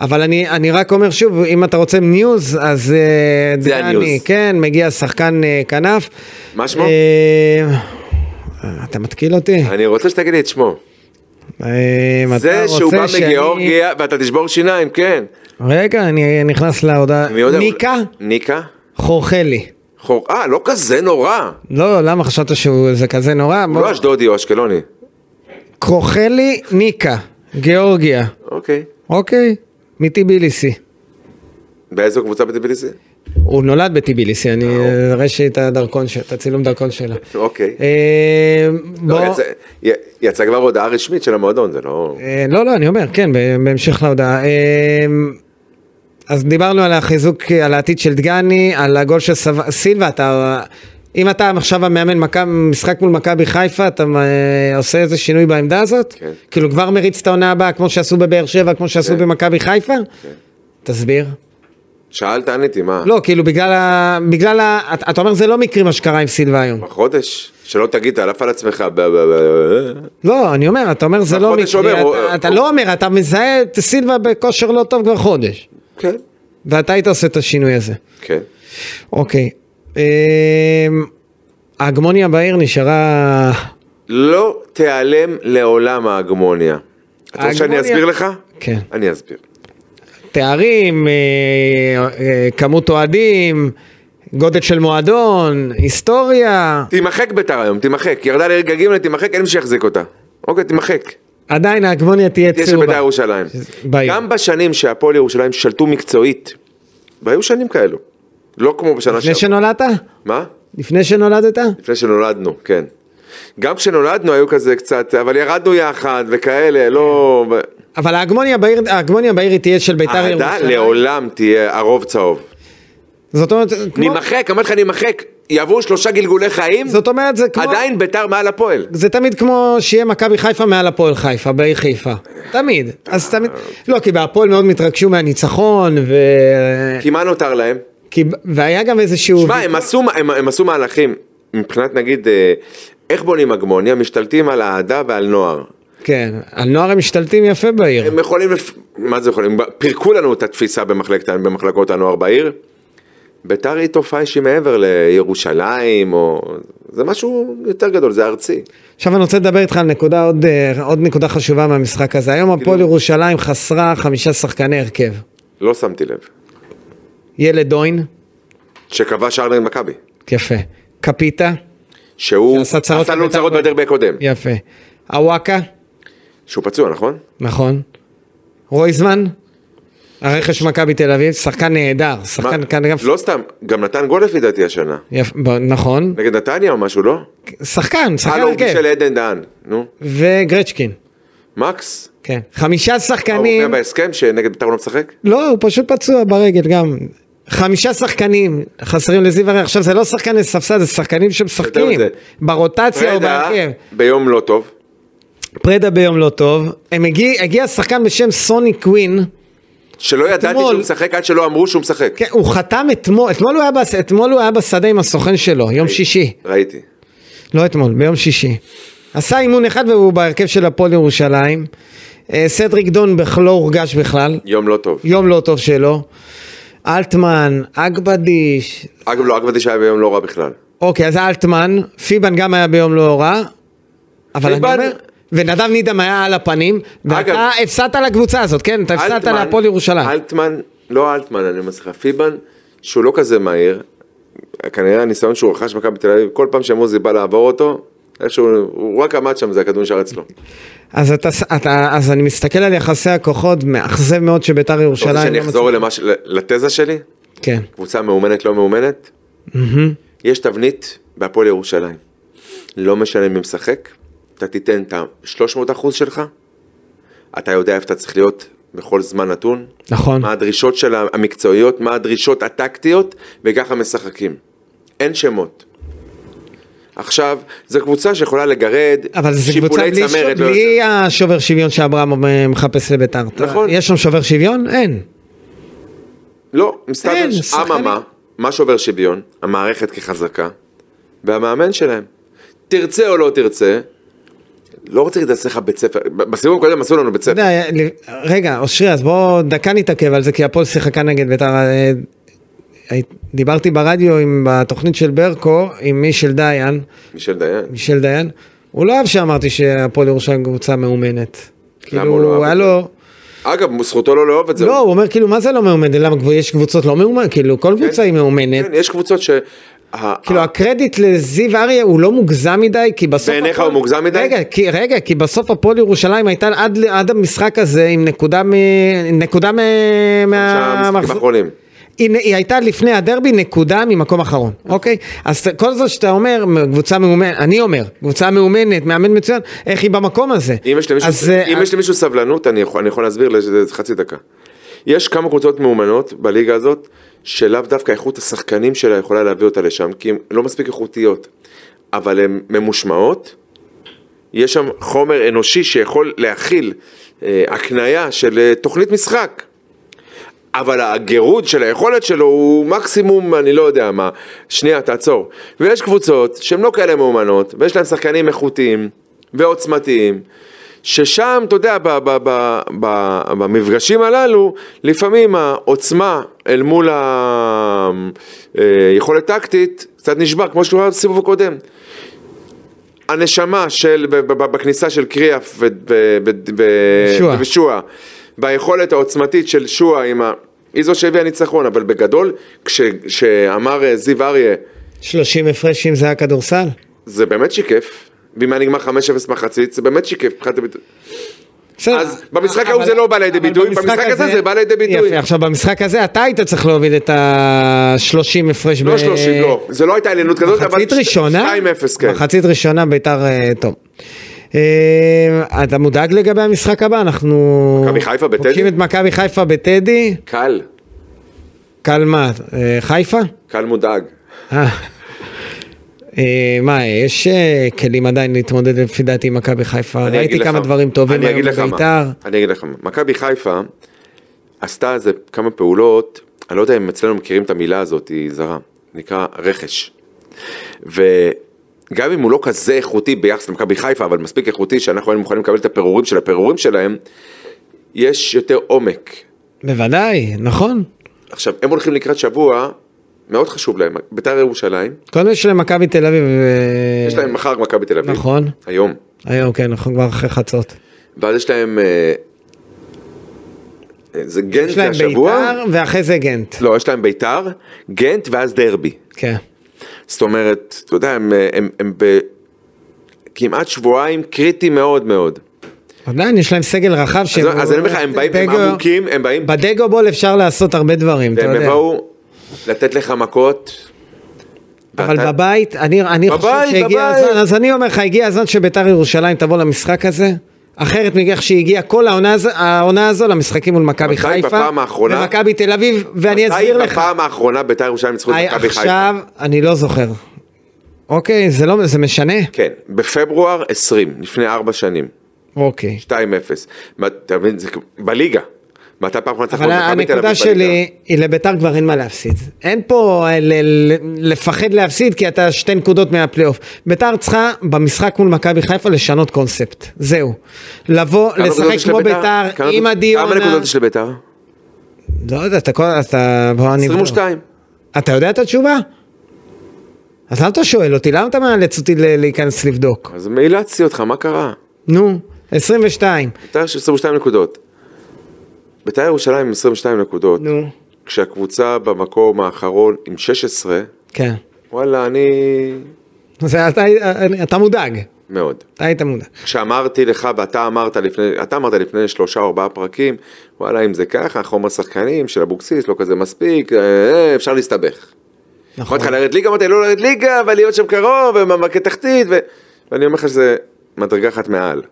S2: אבל אני, אני רק אומר שוב, אם אתה רוצה ניוז, אז אה,
S3: זה הניוז.
S2: כן, מגיע שחקן אה, כנף.
S3: מה שמו?
S2: אה, אתה מתקיל אותי?
S3: אני רוצה שתגיד לי את שמו.
S2: אה, אם אתה
S3: זה שהוא
S2: רוצה
S3: בא
S2: שאני-
S3: מגיאורגיה ואתה תשבור שיניים, כן.
S2: רגע, אני נכנס להודעה.
S3: מי יודע?
S2: ניקה?
S3: ניקה?
S2: חורחלי.
S3: חור... אה, לא כזה נורא.
S2: לא, למה חשבת שזה כזה נורא?
S3: הוא לא אשדודי או אשקלוני.
S2: קרוכלי ניקה, גיאורגיה.
S3: אוקיי.
S2: אוקיי, מטיביליסי.
S3: באיזו קבוצה בטביליסי?
S2: הוא נולד בטיביליסי, אני
S3: אה,
S2: אראה את הדרכון שלה, את הצילום דרכון שלה.
S3: אוקיי.
S2: אה,
S3: לא,
S2: בוא...
S3: יצא- י- יצא כבר הודעה רשמית של המועדון, זה לא...
S2: אה, לא, לא, אני אומר, כן, ב- בהמשך להודעה. אה, אז דיברנו על החיזוק, על העתיד של דגני, על הגול של סב- סילבה, אתה... אם אתה עכשיו המאמן מכב- משחק מול מכבי חיפה, אתה אה, עושה איזה שינוי בעמדה הזאת?
S3: כן.
S2: כאילו כבר מריץ את העונה הבאה, כמו שעשו בבאר שבע, כמו שעשו
S3: כן.
S2: במכבי חיפה?
S3: כן.
S2: תסביר.
S3: שאלת, עניתי, מה?
S2: לא, כאילו בגלל ה... בגלל ה... אתה- אתה אומר זה לא מקרי מה שקרה עם סילבה היום.
S3: בחודש? שלא תגיד, אתה עף על עצמך. ב- ב- ב-
S2: לא, אני אומר, אתה אומר זה לא
S3: החודש
S2: מקרי.
S3: אומר,
S2: אתה-
S3: הוא-
S2: אתה
S3: הוא-
S2: לא אומר, אתה מזהה את סילבה בכושר לא טוב כבר חודש.
S3: כן.
S2: ואתה היית עושה את השינוי הזה.
S3: כן.
S2: אוקיי. אמ, ההגמוניה בעיר נשארה...
S3: לא תיעלם לעולם ההגמוניה. אתה רוצה שאני
S2: ההגמוניה-
S3: אסביר לך?
S2: כן.
S3: אני אסביר.
S2: תארים, אה, אה, כמות אוהדים, גודל של מועדון, היסטוריה.
S3: תימחק ביתר היום, תימחק. ירדה לרגע ג' תימחק, אין מי שיחזיק אותה. אוקיי, תימחק.
S2: עדיין ההגמוניה תהיה
S3: יש
S2: צהובה.
S3: לבית"ר ירושלים.
S2: בעיר.
S3: גם בשנים שהפועל ירושלים שלטו מקצועית, והיו שנים כאלו. לא כמו בשנה
S2: לפני
S3: שעברה.
S2: שנולדת?
S3: מה?
S2: לפני שנולדת?
S3: לפני שנולדנו, כן. גם כשנולדנו היו כזה קצת, אבל ירדנו יחד וכאלה, לא...
S2: אבל ההגמוניה בעיר, ההגמוניה בעיר היא תהיה של בית"ר
S3: אהדה
S2: ירושלים.
S3: אה, לעולם תהיה הרוב צהוב.
S2: זאת אומרת, כמו,
S3: נימחק, אמרתי לך נימחק, יעברו שלושה גלגולי חיים,
S2: זאת אומרת, זה כמו...
S3: עדיין ביתר מעל הפועל.
S2: זה תמיד כמו שיהיה מכבי חיפה מעל הפועל חיפה, בעיר חיפה. תמיד. אז תמיד... לא, כי בהפועל מאוד התרגשו מהניצחון, ו...
S3: כי מה נותר להם?
S2: כי... והיה גם איזשהו...
S3: שמע, הם עשו, הם, הם עשו מהלכים, מבחינת נגיד, אה, איך בונים הגמוניה, משתלטים על אהדה ועל נוער.
S2: כן. על נוער הם משתלטים יפה בעיר.
S3: הם יכולים, לפ... מה זה יכולים? פירקו לנו את התפיסה במחלקת, במחלקות הנוער בעיר. ביתר היא תופעה שהיא מעבר לירושלים, או... זה משהו יותר גדול, זה ארצי.
S2: עכשיו אני רוצה לדבר איתך על נקודה, עוד, אה, עוד נקודה חשובה מהמשחק הזה. היום
S3: כאילו-
S2: הפועל ירושלים חסרה חמישה שחקני הרכב.
S3: לא שמתי לב.
S2: ילד דוין,
S3: שקבע שער נגד מכבי.
S2: יפה. קפיטה,
S3: שהוא
S2: שעשה צרות
S3: עשה לנו
S2: לביתר
S3: צרות
S2: קודם.
S3: בדרבי הקודם.
S2: יפה. אוואקה,
S3: שהוא פצוע, נכון?
S2: נכון. רויזמן, הרכש מכבי תל אביב, שחקן נהדר, שחקן
S3: מה-
S2: כאן גם...
S3: לא סתם, גם נתן גול לפי דעתי השנה.
S2: יפ... ב... נכון,
S3: נגד נתניה או משהו, לא?
S2: שחקן, שחקן
S3: הלו, הוא
S2: הרכב,
S3: של עדן דהן. נו,
S2: וגרצ'קין,
S3: מקס?
S2: כן. חמישה
S3: מה, הוא הופיע
S2: שחקנים,
S3: בהסכם שנגד בית"ר הוא לא משחק?
S2: לא, הוא פשוט פצוע ברגל גם. חמישה שחקנים חסרים לזיו הרי, עכשיו זה לא שחקני ספסל, זה שחקנים שמשחקים,
S3: יותר מזה.
S2: ברוטציה או
S3: פרדה,
S2: בהרכב.
S3: ביום לא טוב.
S2: פרדה ביום לא טוב, הם הגיע, הגיע שחקן בשם סוני קווין,
S3: שלא ידעתי
S2: אתמול.
S3: שהוא משחק עד שלא אמרו שהוא משחק.
S2: כן, הוא חתם אתמול, אתמול הוא, היה בש, אתמול הוא היה בשדה עם הסוכן שלו, יום שישי,
S3: ראיתי.
S2: לא אתמול, ביום שישי. עשה אימון אחד והוא בהרכב של הפועל ירושלים. אה, סדריק דון בכ- לא הורגש בכלל,
S3: יום לא טוב.
S2: יום לא טוב שלו. אלטמן, אגבדיש,
S3: אגב, לא, אגב, זה היה ביום לא רע בכלל.
S2: אוקיי, אז אלטמן, פיבן גם היה ביום לא רע, אבל
S3: פיבן-
S2: אני אומר, ונדב נידם היה על הפנים, ואתה
S3: אגב-
S2: הפסדת לקבוצה הזאת, כן? אתה הפסדת
S3: אלטמן-
S2: להפועל ירושלים.
S3: אלטמן, לא אלטמן, אני אומר לך, פיבן, שהוא לא כזה מהיר, כנראה הניסיון שהוא רכש מכבי תל אביב, כל פעם שמוזי בא לעבור אותו, איכשהו, הוא רק עמד שם, זה הכדור נשאר אצלו.
S2: אז אתה, אתה, אז אני מסתכל על יחסי הכוחות, מאכזב מאוד שביתר
S3: אתה
S2: ירושלים...
S3: רוצה שאני
S2: לא
S3: אחזור
S2: מצליח-
S3: למה ש- לתזה שלי?
S2: כן.
S3: קבוצה מאומנת, לא מאומנת? יש תבנית בהפועל ירושלים. לא משנה מי משחק, אתה תיתן את ה-300 אחוז שלך, אתה יודע איפה אתה צריך להיות בכל זמן נתון,
S2: נכון.
S3: מה הדרישות של המקצועיות, מה הדרישות הטקטיות, וככה משחקים. אין שמות. עכשיו, זו קבוצה שיכולה לגרד
S2: אבל זו קבוצה
S3: שיפולי
S2: בלי, ש...
S3: צמרת. לא
S2: בלי השובר שוויון שאברהם אה, מחפש לביתר.
S3: נכון.
S2: יש שם שובר שוויון? אין.
S3: לא,
S2: אין,
S3: מסתבר, ש-
S2: שחקנים.
S3: אממה, מה שובר שוויון? המערכת כחזקה, והמאמן שלהם. תרצה או לא תרצה, לא רוצה להגיד לך בית ספר, ב- בסיבוב הקודם עשו לנו בית
S2: אתה
S3: ספר.
S2: יודע, ל- רגע, אושרי, אז בואו דקה נתעכב על זה, כי הפועל שיחקה נגד ביתר. אה, אה, דיברתי ברדיו עם, בתוכנית של ברקו, עם מישל דיין,
S3: מישל דיין.
S2: נכון. מישל דיין, הוא לא אהב שאמרתי שהפועל ירושלים קבוצה מאומנת.
S3: למה
S2: כאילו,
S3: הוא לא אהב
S2: היה
S3: את זה?
S2: לו...
S3: אגב, זכותו לא לאהוב את זה.
S2: לא, הוא אומר כאילו, מה זה לא מאומנת? למה כבר יש קבוצות לא מאומנת? כאילו, כל קבוצה היא מאומנת.
S3: כן, יש קבוצות ש... ה-
S2: כאילו,
S3: ה-
S2: הקרדיט לזיו אריה הוא לא מוגזם מדי, כי בסוף...
S3: בעיניך
S2: הפועל-
S3: הוא מוגזם מדי?
S2: רגע, כי, רגע, כי בסוף הפועל ירושלים הייתה עד, ל- עד המשחק הזה עם נקודה מ... נקודה מ...
S3: שהמשחקים
S2: מהמחזור.
S3: האחרונים.
S2: היא, היא הייתה לפני הדרבי נקודה ממקום אחרון, אוקיי? אז כל זאת שאתה אומר, קבוצה מאומנת, אני אומר, קבוצה מאומנת, מאמן מצוין, איך היא במקום הזה?
S3: אם יש למישהו,
S2: אז, אה,
S3: אז, אם יש למישהו סבלנות, אני יכול, אני יכול להסביר לזה חצי דקה. יש כמה קבוצות מאומנות בליגה הזאת, שלאו דווקא איכות השחקנים שלה יכולה להביא אותה לשם, כי הן לא מספיק איכותיות, אבל הן ממושמעות, יש שם חומר אנושי שיכול להכיל אה, הקנייה של אה, תוכנית משחק. אבל הגירוד של היכולת שלו הוא מקסימום, אני לא יודע מה. שנייה, תעצור. ויש קבוצות שהן לא כאלה מאומנות, ויש להן שחקנים איכותיים ועוצמתיים, ששם, אתה יודע, ב- ב- ב- ב- במפגשים הללו, לפעמים העוצמה אל מול היכולת טקטית קצת נשבר, כמו שהוא היה בסיבוב הקודם. הנשמה של, ב- ב- ב- בכניסה של קריאף ו- ו- ו- ו-
S2: ושועה.
S3: ושועה, ביכולת העוצמתית של שועה עם ה... היא זו שהביאה ניצחון, אבל בגדול, כשאמר אה, זיו אריה,
S2: 30 הפרש אם זה היה כדורסל?
S3: זה באמת שיקף, ואם היה נגמר 5-0 מחצית, זה באמת שיקף. מבחינת הביטוי.
S2: בסדר.
S3: אז במשחק
S2: אבל-
S3: ההוא זה לא בא לידי
S2: אבל
S3: ביטוי, במשחק הזה זה בא לידי ביטוי.
S2: יפה, עכשיו במשחק הזה אתה היית צריך להוביל את ה-30 הפרש.
S3: לא
S2: ב-
S3: 30, לא. זה לא הייתה עליונות כזאת, אבל...
S2: מחצית ראשונה?
S3: 2-0, כן.
S2: מחצית ראשונה ביתר, אה, טוב. אה, אתה מודאג לגבי המשחק הבא? אנחנו...
S3: מכבי חיפה בטדי?
S2: פוגשים את מכבי חיפה בטדי.
S3: קל,
S2: קל מה? אה, חיפה?
S3: קל מודאג.
S2: אה. אה, מה, יש אה, כלים עדיין להתמודד לפי דעתי עם מכבי חיפה?
S3: אני
S2: ראיתי
S3: אגיד
S2: כמה
S3: לך-
S2: דברים טובים
S3: אני
S2: היום
S3: אגיד לך מה,
S2: בביתר.
S3: אני אגיד לך מה, מכבי חיפה עשתה איזה כמה פעולות, אני לא יודע אם אצלנו מכירים את המילה הזאת, היא זרה, נקרא רכש. וגם אם הוא לא כזה איכותי ביחס למכבי חיפה, אבל מספיק איכותי שאנחנו היינו מוכנים לקבל את הפירורים של הפירורים שלהם, יש יותר עומק.
S2: בוודאי, נכון.
S3: עכשיו, הם הולכים לקראת שבוע, מאוד חשוב להם, בית"ר ירושלים,
S2: קודם יש להם מכבי תל אביב. אה,
S3: יש להם מחר מכבי תל אביב.
S2: נכון.
S3: היום.
S2: היום, כן, אנחנו כבר אחרי חצות.
S3: ואז יש להם... אה, אה, זה גנט
S2: יש
S3: זה
S2: להם
S3: השבוע?
S2: ביתר ואחרי זה גנט.
S3: לא, יש להם ביתר, גנט ואז דרבי.
S2: כן.
S3: זאת אומרת, אתה יודע, הם, אה, הם, הם בכמעט שבועיים קריטי מאוד מאוד.
S2: עדיין יש להם סגל רחב
S3: אז, אז אני אומר לך, הם באים, הם
S2: בדגו-
S3: עמוקים, הם באים,
S2: בדגו בול אפשר לעשות הרבה דברים, אתה
S3: והם
S2: יודע.
S3: באו לתת לך מכות. ואתה-
S2: אבל בבית, אני, אני חושב
S3: בבית,
S2: שהגיע
S3: בבית.
S2: הזמן, אז אני אומר לך, הגיע הזמן שביתר ירושלים תבוא למשחק הזה, אחרת מאיך שהגיעה כל העונה, הזו- העונה הזו למשחקים מול מכבי
S3: מתי
S2: חיפה,
S3: בפעם האחרונה-
S2: ומכבי תל אביב, ואני אסביר
S3: מתי
S2: לך,
S3: בפעם האחרונה בית"ר ירושלים ניצחו את מכבי חיפה?
S2: עכשיו, אני לא זוכר, אוקיי, זה לא, זה משנה?
S3: כן, בפברואר 20, לפני ארבע שנים,
S2: אוקיי,
S3: 2-0. מה, אתה מבין, זה כ- בליגה. מתי פעם
S2: אבל
S3: אחרונה ניצחו את נכון, מכבי תל אביב
S2: הנקודה שלי, היא לביתר כבר אין מה להפסיד. אין פה אה, ל- ל- לפחד להפסיד, כי אתה שתי נקודות מהפלייאוף. ביתר צריכה במשחק מול מכבי חיפה לשנות קונספט. זהו. לבוא,
S3: כמה נקודות
S2: לשחק
S3: יש
S2: כמו
S3: לבית"ר?
S2: ביתר,
S3: כמה-
S2: עם הדיונה.
S3: כמה נקודות יש לביתר?
S2: לא יודע, אתה כל... אתה... בוא אני...
S3: 22.
S2: אתה יודע את התשובה? אז למה אתה שואל אותי? למה אתה מאלץ אותי ל- להיכנס לבדוק?
S3: אז אילצתי אותך, מה קרה?
S2: נו, 22.
S3: בית"ר יש 22 נקודות. בית"ר ירושלים עם 22 נקודות.
S2: נו.
S3: כשהקבוצה במקום האחרון עם 16,
S2: כן.
S3: וואלה, אני...
S2: אז אתה, אתה מודאג.
S3: מאוד.
S2: אתה היית מודאג.
S3: כשאמרתי לך, ואתה אמרת לפני, אתה אמרת לפני שלושה או ארבעה פרקים, וואלה, אם זה ככה, חומר שחקנים של אבוקסיס לא כזה מספיק, אה, אה, אפשר להסתבך.
S2: נכון.
S3: אמרתי לך לרדת ליגה, אמרתי לא לרדת ליגה, אבל להיות שם קרוב, ומאבקי תחתית, ו... ואני אומר לך שזה מדרגה אחת מעל.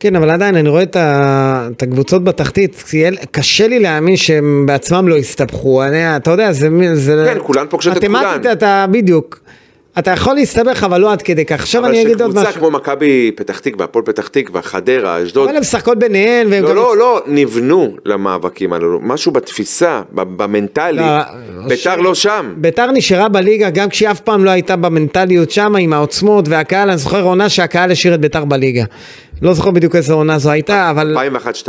S2: כן, אבל עדיין אני רואה את, ה... את הקבוצות בתחתית, כי אל- קשה לי להאמין שהם בעצמם לא הסתבכו, אני, אתה יודע, זה... מין- זה...
S3: כן, כולן פוגשות את
S2: מתמטית
S3: כולן.
S2: אתה, בדיוק. אתה יכול להסתבך, אבל לא עד כדי כך. עכשיו
S3: אבל
S2: אני אגיד עוד
S3: שקבוצה
S2: משהו.
S3: כמו מכבי פתח תקווה, הפועל פתח תקווה, חדרה, אשדוד,
S2: אבל הן משחקות ביניהן, והן
S3: לא, לא, לא, נבנו למאבקים הללו, משהו בתפיסה, ב- במנטלי,
S2: לא,
S3: ביתר
S2: ש-
S3: לא שם.
S2: ביתר נשארה בליגה גם כשהיא אף פעם לא הייתה במנטליות שמה עם העוצמות והקהל, אני זוכר עונה שהקהל השאיר את ביתר בליגה. לא זוכר בדיוק איזו עונה זו הייתה, אבל
S3: 2001-2002.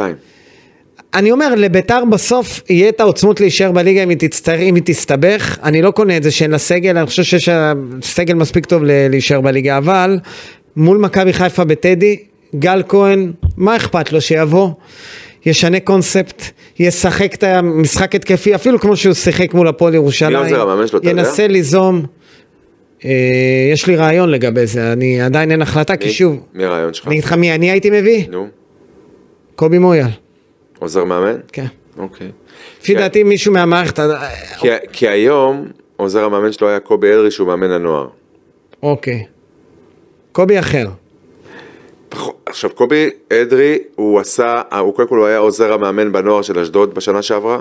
S2: אני אומר, לביתר בסוף יהיה את העוצמות להישאר בליגה אם היא, תצטר, אם היא תסתבך. אני לא קונה את זה שאין לה סגל, אני חושב שיש לה סגל מספיק טוב ל- להישאר בליגה, אבל מול מכבי חיפה בטדי, גל כהן, מה אכפת לו שיבוא? ישנה קונספט, ישחק את המשחק התקפי, אפילו כמו שהוא שיחק מול הפועל ירושלים.
S3: מי עוזר המאמן שלו, אתה יודע?
S2: ינסה ליזום. אה, יש לי רעיון לגבי זה, אני עדיין אין החלטה, כי
S3: מי-
S2: שוב,
S3: מי הרעיון שלך?
S2: אני אגיד לך מי אני הייתי מביא?
S3: נו,
S2: קובי מויאל.
S3: עוזר מאמן?
S2: כן.
S3: אוקיי.
S2: לפי
S3: כן.
S2: דעתי מישהו מהמערכת, אה,
S3: כי- כי היום עוזר המאמן שלו היה קובי אדרי שהוא מאמן הנוער.
S2: אוקיי. קובי אחר.
S3: פח- עכשיו קובי אדרי הוא עשה, הוא קודם כל הוא היה עוזר המאמן בנוער של אשדוד בשנה שעברה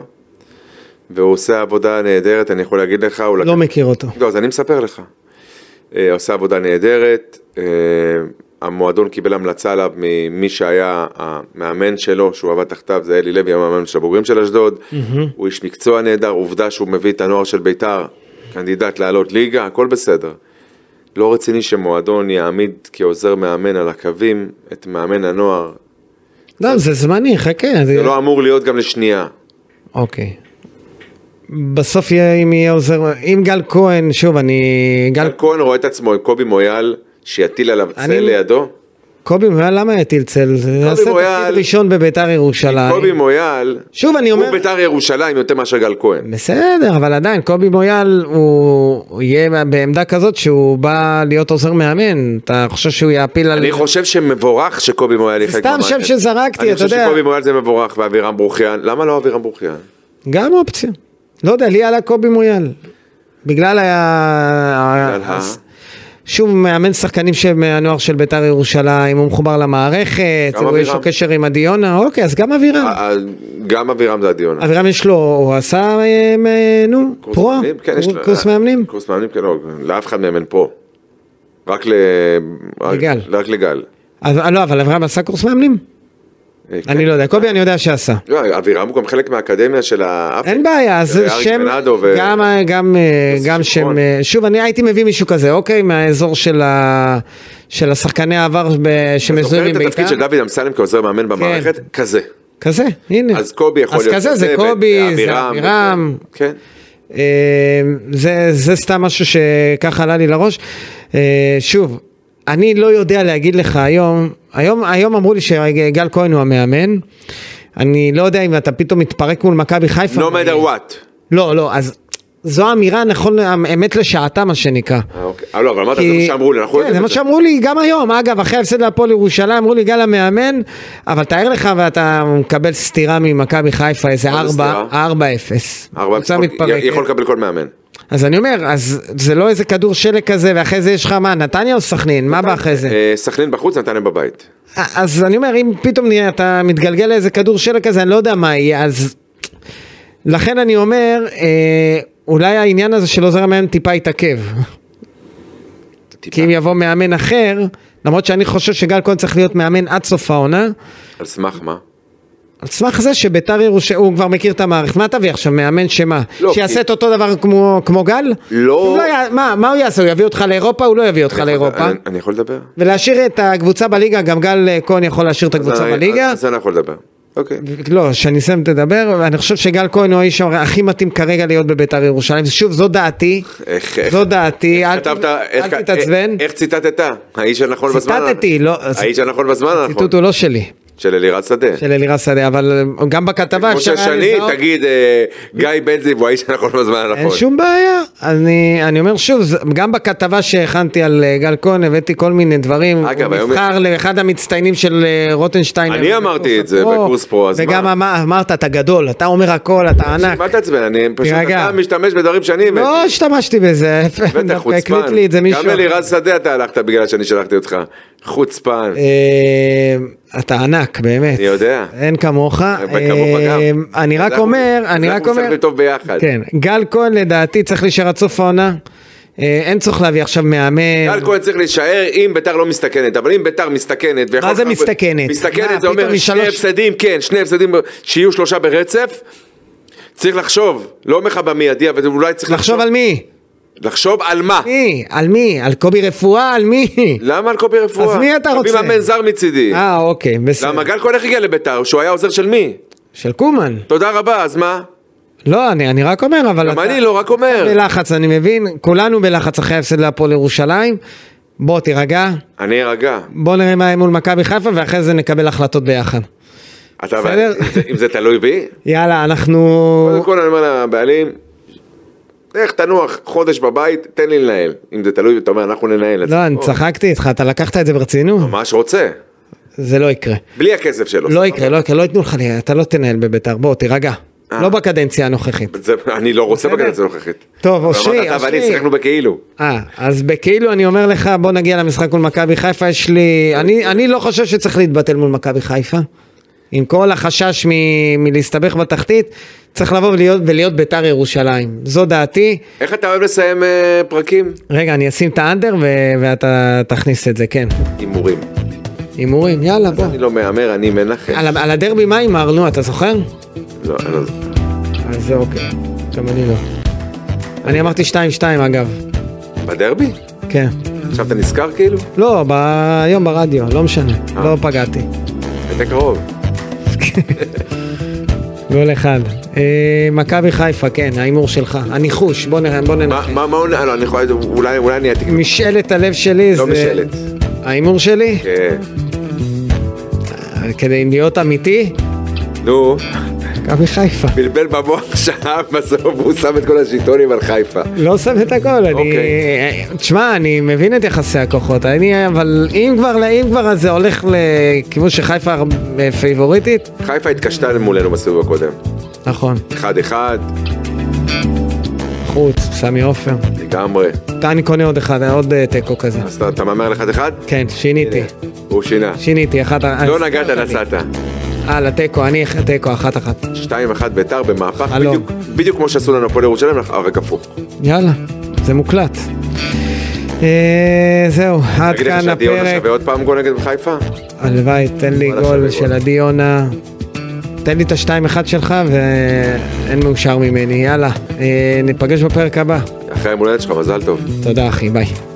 S3: והוא עושה עבודה נהדרת, אני יכול להגיד לך, הוא
S2: לא מכיר אותו.
S3: לא, אז אני מספר לך. אה, עושה עבודה נהדרת, אה, המועדון קיבל המלצה עליו ממי שהיה המאמן שלו, שהוא עבד תחתיו, זה אלי לוי, המאמן של הבוגרים של אשדוד. הוא איש מקצוע נהדר, עובדה שהוא מביא את הנוער של בית"ר, קנדידט לעלות ליגה, הכל בסדר. לא רציני שמועדון יעמיד כעוזר מאמן על הקווים את מאמן הנוער.
S2: לא, זה זמני, חכה. זה-
S3: זה לא אמור להיות גם לשנייה.
S2: אוקיי. בסוף יהיה, אם יהיה עוזר, אם גל כהן, שוב, אני... גל...
S3: גל כהן רואה את עצמו עם קובי מויאל, שיטיל עליו צל
S2: אני-
S3: לידו.
S2: קובי מויאל, למה יטיל צל? זה יעשה
S3: מויאל-
S2: תפקיד ראשון בביתר ירושלים.
S3: קובי מויאל,
S2: שוב, אני אומר...
S3: הוא בית"ר ירושלים יותר מאשר גל כהן.
S2: בסדר, אבל עדיין, קובי מויאל הוא הוא יהיה בעמדה כזאת שהוא בא להיות עוזר מאמן. אתה חושב שהוא יעפיל על...
S3: אני חושב שמבורך שקובי מויאל יחלק
S2: סתם שם שזרקתי, אתה
S3: אני
S2: יודע.
S3: חושב שקובי מויאל זה מבורך ואבירם ברוכיאן. למה לא אבירם ברוכיאן?
S2: גם אופציה. לא יודע, לי עלה קובי מויאל. בגלל ה...
S3: בגלל ה-
S2: שוב, מאמן שחקנים מהנוער של ביתר ירושלים, הוא מחובר למערכת,
S3: גם
S2: הוא יש לו
S3: אבירם.
S2: קשר עם עדיונה, אוקיי, אז גם אבירם.
S3: אה, אה, גם אבירם זה הדיון.
S2: אבירם יש לו, הוא עשה, אה, אה, נו,
S3: קורס
S2: פרו,
S3: מאמנים? כן, יש
S2: קורס-
S3: לו-
S2: קורס
S3: אה,
S2: מאמנים.
S3: קורס מאמנים, כן, לא, לאף אחד מהם אין פרו. רק ל... רק-
S2: לגל.
S3: רק לגל.
S2: אבל- לא, אבל אברהם עשה קורס מאמנים?
S3: אה, כן.
S2: אני לא יודע, קובי אני יודע שעשה.
S3: לא, אבירם הוא גם חלק מהאקדמיה של האפריקה.
S2: אין בעיה, אז
S3: ואריק
S2: שם,
S3: בנאדו ו-
S2: גם, אה, גם, אה,
S3: יוסי
S2: גם
S3: שמעון.
S2: שם, אה, שוב, אני הייתי מביא מישהו כזה, אוקיי, מהאזור של ה- של השחקני העבר ב- שמזוהים
S3: זוכר
S2: עם
S3: את
S2: בית"ר. כן.
S3: התפקיד של דוד אמסלם כעוזר מאמן במערכת? כזה.
S2: כזה, הנה.
S3: אז קובי יכול להיות
S2: אז כזה, זה
S3: כזה,
S2: קובי, זה
S3: ואבירם,
S2: אבירם.
S3: כן.
S2: אה, זה, זה סתם משהו שככה עלה לי לראש. אה, שוב, אני לא יודע להגיד לך היום, היום, היום אמרו לי שגל כהן הוא המאמן. אני לא יודע אם אתה פתאום מתפרק מול מכבי חיפה.
S3: No matter what.
S2: לא, לא, אז זו האמירה נכון, אמת לשעתה מה שנקרא.
S3: אה, אוקיי. אה, לא, אבל אמרת, זה
S2: כי-
S3: מה שאמרו לי, אנחנו
S2: כן,
S3: יודעים
S2: זה
S3: את
S2: מה שאמרו לי גם היום, אגב, אחרי ההפסד להפועל ירושלים, אמרו לי גל המאמן, אבל תאר לך ואתה מקבל סטירה ממכבי חיפה, איזה
S3: מה זה
S2: 4, 4-0.
S3: סטירה? ארבע,
S2: קבוצה
S3: יכול-
S2: מתפרקת.
S3: יכול לקבל כל מאמן.
S2: אז אני אומר, אז זה לא איזה כדור שלג כזה, ואחרי זה יש לך מה, נתניה או סכנין? מה בא אחרי זה?
S3: אה, סכנין בחוץ, נתניה בבית.
S2: אז אני אומר, אם פתאום נהיה- אתה מתגלגל לאיזה כדור שלג כזה, אני לא יודע מה יהיה, אז... לכן אני אומר, אה, אולי העניין הזה של עוזר המאמן טיפה יתעכב.
S3: טיפה.
S2: כי אם יבוא מאמן אחר, למרות שאני חושב שגל כהן צריך להיות מאמן עד סוף העונה,
S3: על סמך מה?
S2: על סמך זה שביתר ירושלים, הוא כבר מכיר את המערכת, מה תביא עכשיו, מאמן שמה?
S3: לא,
S2: שיעשה
S3: כי-
S2: את אותו דבר כמו, כמו גל?
S3: לא.
S2: הוא י... מה, מה הוא יעשה, הוא יביא אותך לאירופה, הוא לא יביא אותך
S3: אני יכול-
S2: לאירופה?
S3: אני- אני יכול לדבר?
S2: ולהשאיר את הקבוצה בליגה, גם גל אה, כהן יכול להשאיר את
S3: אז
S2: הקבוצה
S3: אני-
S2: בליגה?
S3: אז אני יכול לדבר. אוקיי.
S2: לא, שאני אסיים תדבר, ואני חושב שגל כהן הוא האיש הכי מתאים כרגע להיות בביתר ירושלים. שוב, זו דעתי,
S3: איך- כן. איך-
S2: זו דעתי, אל ת-
S3: כתבת, איך-
S2: אל תתעצבן.
S3: איך- איך ציטטת? האיש הנכון בזמן הנכון.
S2: ציטטתי, לא-
S3: האיש הנכון בזמן הנכון.
S2: הציטוט הוא לא שלי,
S3: של אלירז שדה.
S2: של אלירז שדה, אבל אה, גם בכתבה
S3: כמו
S2: אפשר היה
S3: ששני,
S2: לזהות.
S3: תגיד, אה, גיא בן זיו הוא האיש הנכון בזמן נכון. הנכון.
S2: אין שום בעיה, אני, אני אומר שוב, זה- גם בכתבה שהכנתי על אה, גל כהן הבאתי כל מיני דברים,
S3: אגב,
S2: הוא
S3: היום-
S2: נבחר לאחד המצטיינים של אה, רוטנשטיינר.
S3: אני אמרתי את זה
S2: הפרו,
S3: בקורס פרו, אז
S2: וגם
S3: מה?
S2: אמר- אמרת, אתה גדול, אתה אומר הכל, אתה ענק.
S3: אל תעצבן, אני פשוט,
S2: תירגע.
S3: אתה משתמש בדברים שאני הבאתי.
S2: לא השתמשתי בזה,
S3: בטח,
S2: דווקא
S3: חוצפן.
S2: הקליט לי את זה מישהו.
S3: גם אלירז שדה אתה הלכת בגלל שאני שלחתי אותך. חוצפן.
S2: אה, אתה ענק, באמת.
S3: אני יודע.
S2: אין כמוך.
S3: וכמוך גם.
S2: אה, אני רק
S3: אנחנו-
S2: אומר, אני רק
S3: אנחנו
S2: אומר.
S3: משחקים טוב ביחד.
S2: כן, גל כהן לדעתי צריך להישאר עד סוף העונה. אה, אין צורך להביא עכשיו מאמן.
S3: גל כהן צריך להישאר אם ביתר לא מסתכנת, אבל אם ביתר מסתכנת... ויכול-
S2: מה זה מסתכנת? מה,
S3: מסתכנת זה
S2: פתאום
S3: אומר
S2: היא
S3: שני
S2: שלוש-
S3: הפסדים, כן, שני הפסדים שיהיו שלושה ברצף. צריך לחשוב, לא אומר לך במיידי, אבל אולי צריך
S2: לחשוב על מי?
S3: לחשוב על מה?
S2: מי? על מי? על קובי רפואה? על מי?
S3: למה על קובי רפואה?
S2: אז מי אתה רוצה?
S3: תביא מאמן זר מצידי.
S2: אה, אוקיי, בסדר.
S3: למה גל כהן איך הגיע לביתר? שהוא היה עוזר של מי?
S2: של קומן.
S3: תודה רבה, אז מה?
S2: לא, אני אני רק אומר, אבל...
S3: גם
S2: אתה-
S3: אני לא רק אומר.
S2: בלחץ, אני מבין. כולנו בלחץ אחרי ההפסד להפועל ירושלים. בוא, תירגע.
S3: אני ארגע.
S2: בוא נראה מה יהיה מול מכבי חיפה, ואחרי זה נקבל החלטות ביחד.
S3: אתה, אבל,
S2: בסדר?
S3: אם זה- אם זה תלוי בי,
S2: יאללה, אנחנו...
S3: קודם כל אני אומר לבעלים, לך תנוח חודש בבית, תן לי לנהל. אם זה תלוי, אתה אומר, אנחנו ננהל את זה. לא,
S2: לא, אני
S3: או,
S2: צחקתי איתך, אתה לקחת את זה ברצינות?
S3: ממש רוצה,
S2: זה לא יקרה.
S3: בלי הכסף שלו.
S2: לא יקרה, לא יקרה, לא ייתנו לך, ל- אתה לא תנהל בביתר, בוא, תירגע.
S3: אה.
S2: לא בקדנציה הנוכחית.
S3: זה, אני לא רוצה
S2: בסדר.
S3: בקדנציה הנוכחית.
S2: טוב,
S3: אמרת,
S2: אושרי,
S3: אתה ואני
S2: אושרי.
S3: שיחקנו בכאילו.
S2: אה, אז בכאילו אני אומר לך, בוא נגיע למשחק מול מכבי חיפה, יש לי... אני, אני לא חושב שצריך להתבטל מול מכבי חיפה. עם כל החשש מ, מלהסתבך בתחתית, צריך לבוא ולהיות, ולהיות ביתר ירושלים. זו דעתי.
S3: איך אתה אוהב לסיים אה, פרקים?
S2: רגע, אני אשים את האנדר ו- ואתה תכניס את זה, כן.
S3: הימורים.
S2: הימורים, יאללה, בוא.
S3: אני לא מהמר, אני מנחם.
S2: על, ה- על הדרבי מה הימרנו, אתה זוכר?
S3: לא, אני לא-
S2: אז זה אוקיי, גם אני לא. אני אמרתי 2-2 אגב,
S3: בדרבי?
S2: כן.
S3: עכשיו אתה נזכר כאילו?
S2: לא, ב- היום ברדיו, לא משנה,
S3: אה.
S2: לא פגעתי.
S3: היית קרוב.
S2: גול אחד. אה, מכבי חיפה, כן, ההימור שלך. הניחוש, בוא נראה, בוא
S3: מה
S2: ננחש.
S3: מה- מה עונה? לא, אני יכול... אולי אולי אני אעתיק...
S2: משאלת הלב שלי זה...
S3: לא משאלת.
S2: ההימור שלי?
S3: כן.
S2: אה, כדי להיות אמיתי?
S3: נו,
S2: מכבי חיפה.
S3: בלבל במוח שם, בסוף הוא שם את כל השלטונים על חיפה.
S2: לא שם את הכל, אני...
S3: אוקיי.
S2: תשמע, אני מבין את יחסי הכוחות, אני... אבל אם כבר, אם כבר אז זה הולך לכיוון שחיפה הר- אה, פייבוריטית?
S3: חיפה התקשתה מולנו בסיבוב הקודם.
S2: נכון.
S3: אחד אחד,
S2: חוץ, סמי עופר.
S3: לגמרי.
S2: אני קונה עוד אחד, עוד אה, תיקו כזה.
S3: אז אתה- אתה מהמר על אחד אחד?
S2: כן, שיניתי.
S3: הנה, הוא שינה.
S2: שיניתי, אחת... אה,
S3: לא נגעת, נצאת.
S2: הלאה, תיקו, אני תיקו, אחת אחת.
S3: שתיים אחד ביתר במהפך,
S2: חלום.
S3: בדיוק- בדיוק כמו שעשו לנו הפועל ירושלים, רק הפוך.
S2: יאללה, זה מוקלט. אה, זהו, עד
S3: תגיד לך
S2: כאן
S3: שעדי יונה
S2: הפרק.
S3: שווה עוד פעם גול נגד חיפה?
S2: הלוואי, תן לי
S3: וואלה,
S2: גול
S3: שווה
S2: של
S3: גול.
S2: עדי יונה. תן לי את השתיים אחד שלך ואין מאושר ממני, יאללה. אה, ניפגש בפרק הבא.
S3: אחרי היום הולדת שלך, מזל טוב.
S2: תודה אחי, ביי.